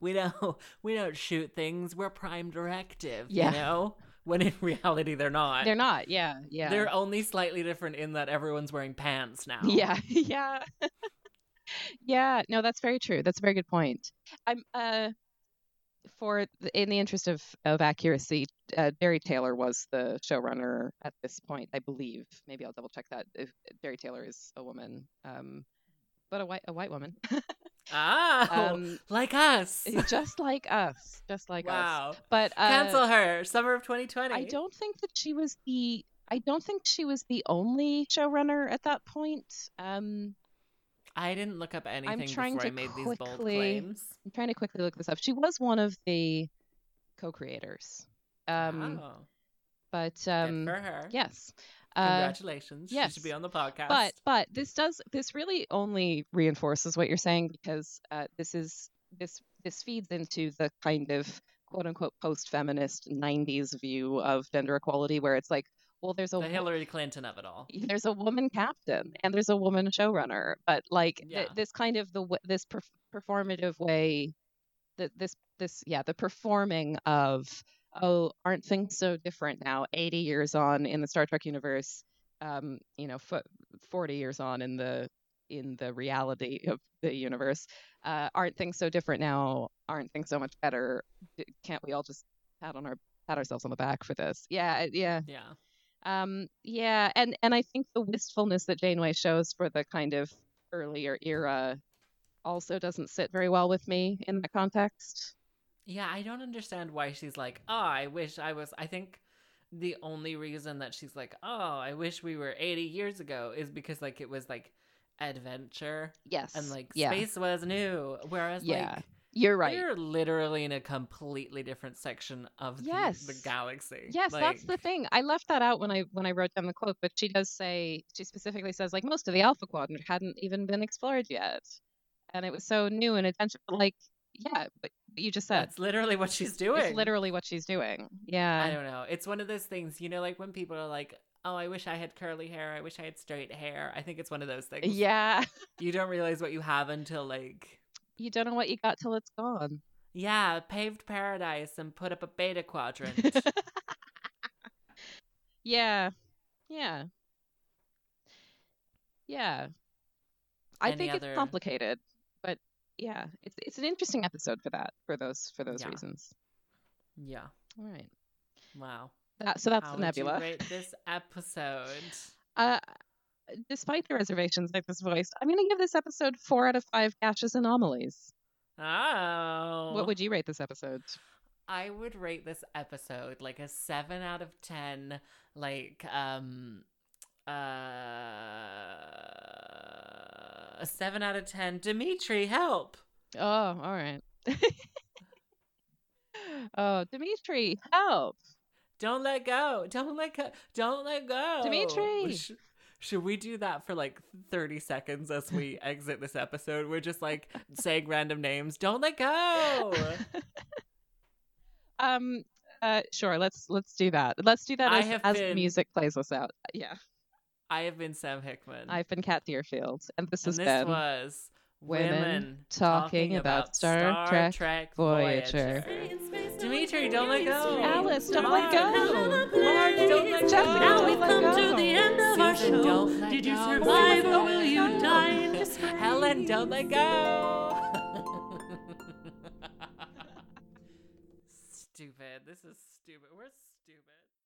we don't [LAUGHS] we don't shoot things we're prime directive Yeah. you know when in [LAUGHS] reality they're not They're not. Yeah. Yeah. [LAUGHS] They're only slightly different in that everyone's wearing pants now Yeah, [LAUGHS] yeah. yeah, no, that's very true. That's a very good point. I'm uh for th- in the interest of of accuracy, uh, Derry Taylor was the showrunner at this point, I believe. Maybe I'll double check that. If Derry Taylor is a woman, um, but a white a white woman, ah um, like us Eh, just like us, just like us. wow But uh, cancel her summer of 2020 I don't think that she was the. I don't think she was the only showrunner at that point. Um, i didn't look up anything trying before i to made these bold quickly- claims I'm trying to quickly look this up. She was one of the co-creators, um, Wow. but Good um, for her yes, uh, congratulations she yes. should be on the podcast but but this does this really only reinforces what you're saying because uh, this is this this feeds into the kind of quote unquote post-feminist '90s view of gender equality, where it's like, well, there's a the wo- hillary clinton of it all there's a woman captain and there's a woman showrunner but like th- Yeah. this kind of the w- this perf- performative way that this this yeah the performing of oh aren't things so different now 80 years on in the star trek universe um you know fo- 40 years on in the in the reality of the universe uh aren't things so different now aren't things so much better D- can't we all just pat on our pat ourselves on the back for this yeah yeah yeah um, yeah, and and I think the wistfulness that Janeway shows for the kind of earlier era also doesn't sit very well with me in that context. Yeah, I don't understand why she's like, oh, I wish I was. I think the only reason that she's like, oh, I wish we were 80 years ago is because, like, it was like adventure Yes, and like yeah, space was new. Whereas, Yeah, like, you're right. we're literally in a completely different section of Yes. the, the galaxy. Yes, that's the Like, thing. I left that out when I when I wrote down the quote, but she does say she specifically says like most of the Alpha Quadrant hadn't even been explored yet, and it was so new and adventure. Like, yeah, but you just said That's literally what she's doing. it's literally what she's doing. Yeah, I don't know. It's one of those things, you know, like when people are like, oh, I wish I had curly hair. I wish I had straight hair. I think it's one of those things. yeah. [LAUGHS] You don't realize what you have until, like, You don't know what you got till it's gone. Yeah, paved paradise and put up a beta [LAUGHS] quadrant. Yeah. Yeah. Yeah. I Any think other- it's complicated, but yeah, it's it's an interesting episode for that for those for those Yeah. reasons. yeah. All right. Wow. That, so that's How the nebula. Would you rate this episode. Uh despite the reservations I've just voiced, I'm going to give this episode 4 out of 5 gaseous anomalies. Oh. What would you rate this episode? I would rate this episode like a 7 out of 10 like um uh a 7 out of 10 Dimitri help. Oh, all right. [LAUGHS] oh, Dimitri, help. Don't let go. Don't let go. Don't let go. Dimitri. Sh- should we do that for like 30 seconds as we exit this episode? We're just like saying random names. Don't let [LAUGHS] go. um uh sure let's let's do that let's do that I as, have as been- music plays us out yeah I have been Sam Hickman. i've been kat deerfield and this Mm. and has this been was Women, talking, about, Star, Trek. Voyager. Dimitri, don't let go. Alice, don't let go. Marge, don't let go. Jessica, Now don't we've let come go. to the end of our Susan, show. don't let Did you go. survive Susan, or will don't you let go. die [LAUGHS] in disgrace? Helen, don't let go. [LAUGHS] stupid. This is stupid. We're stupid.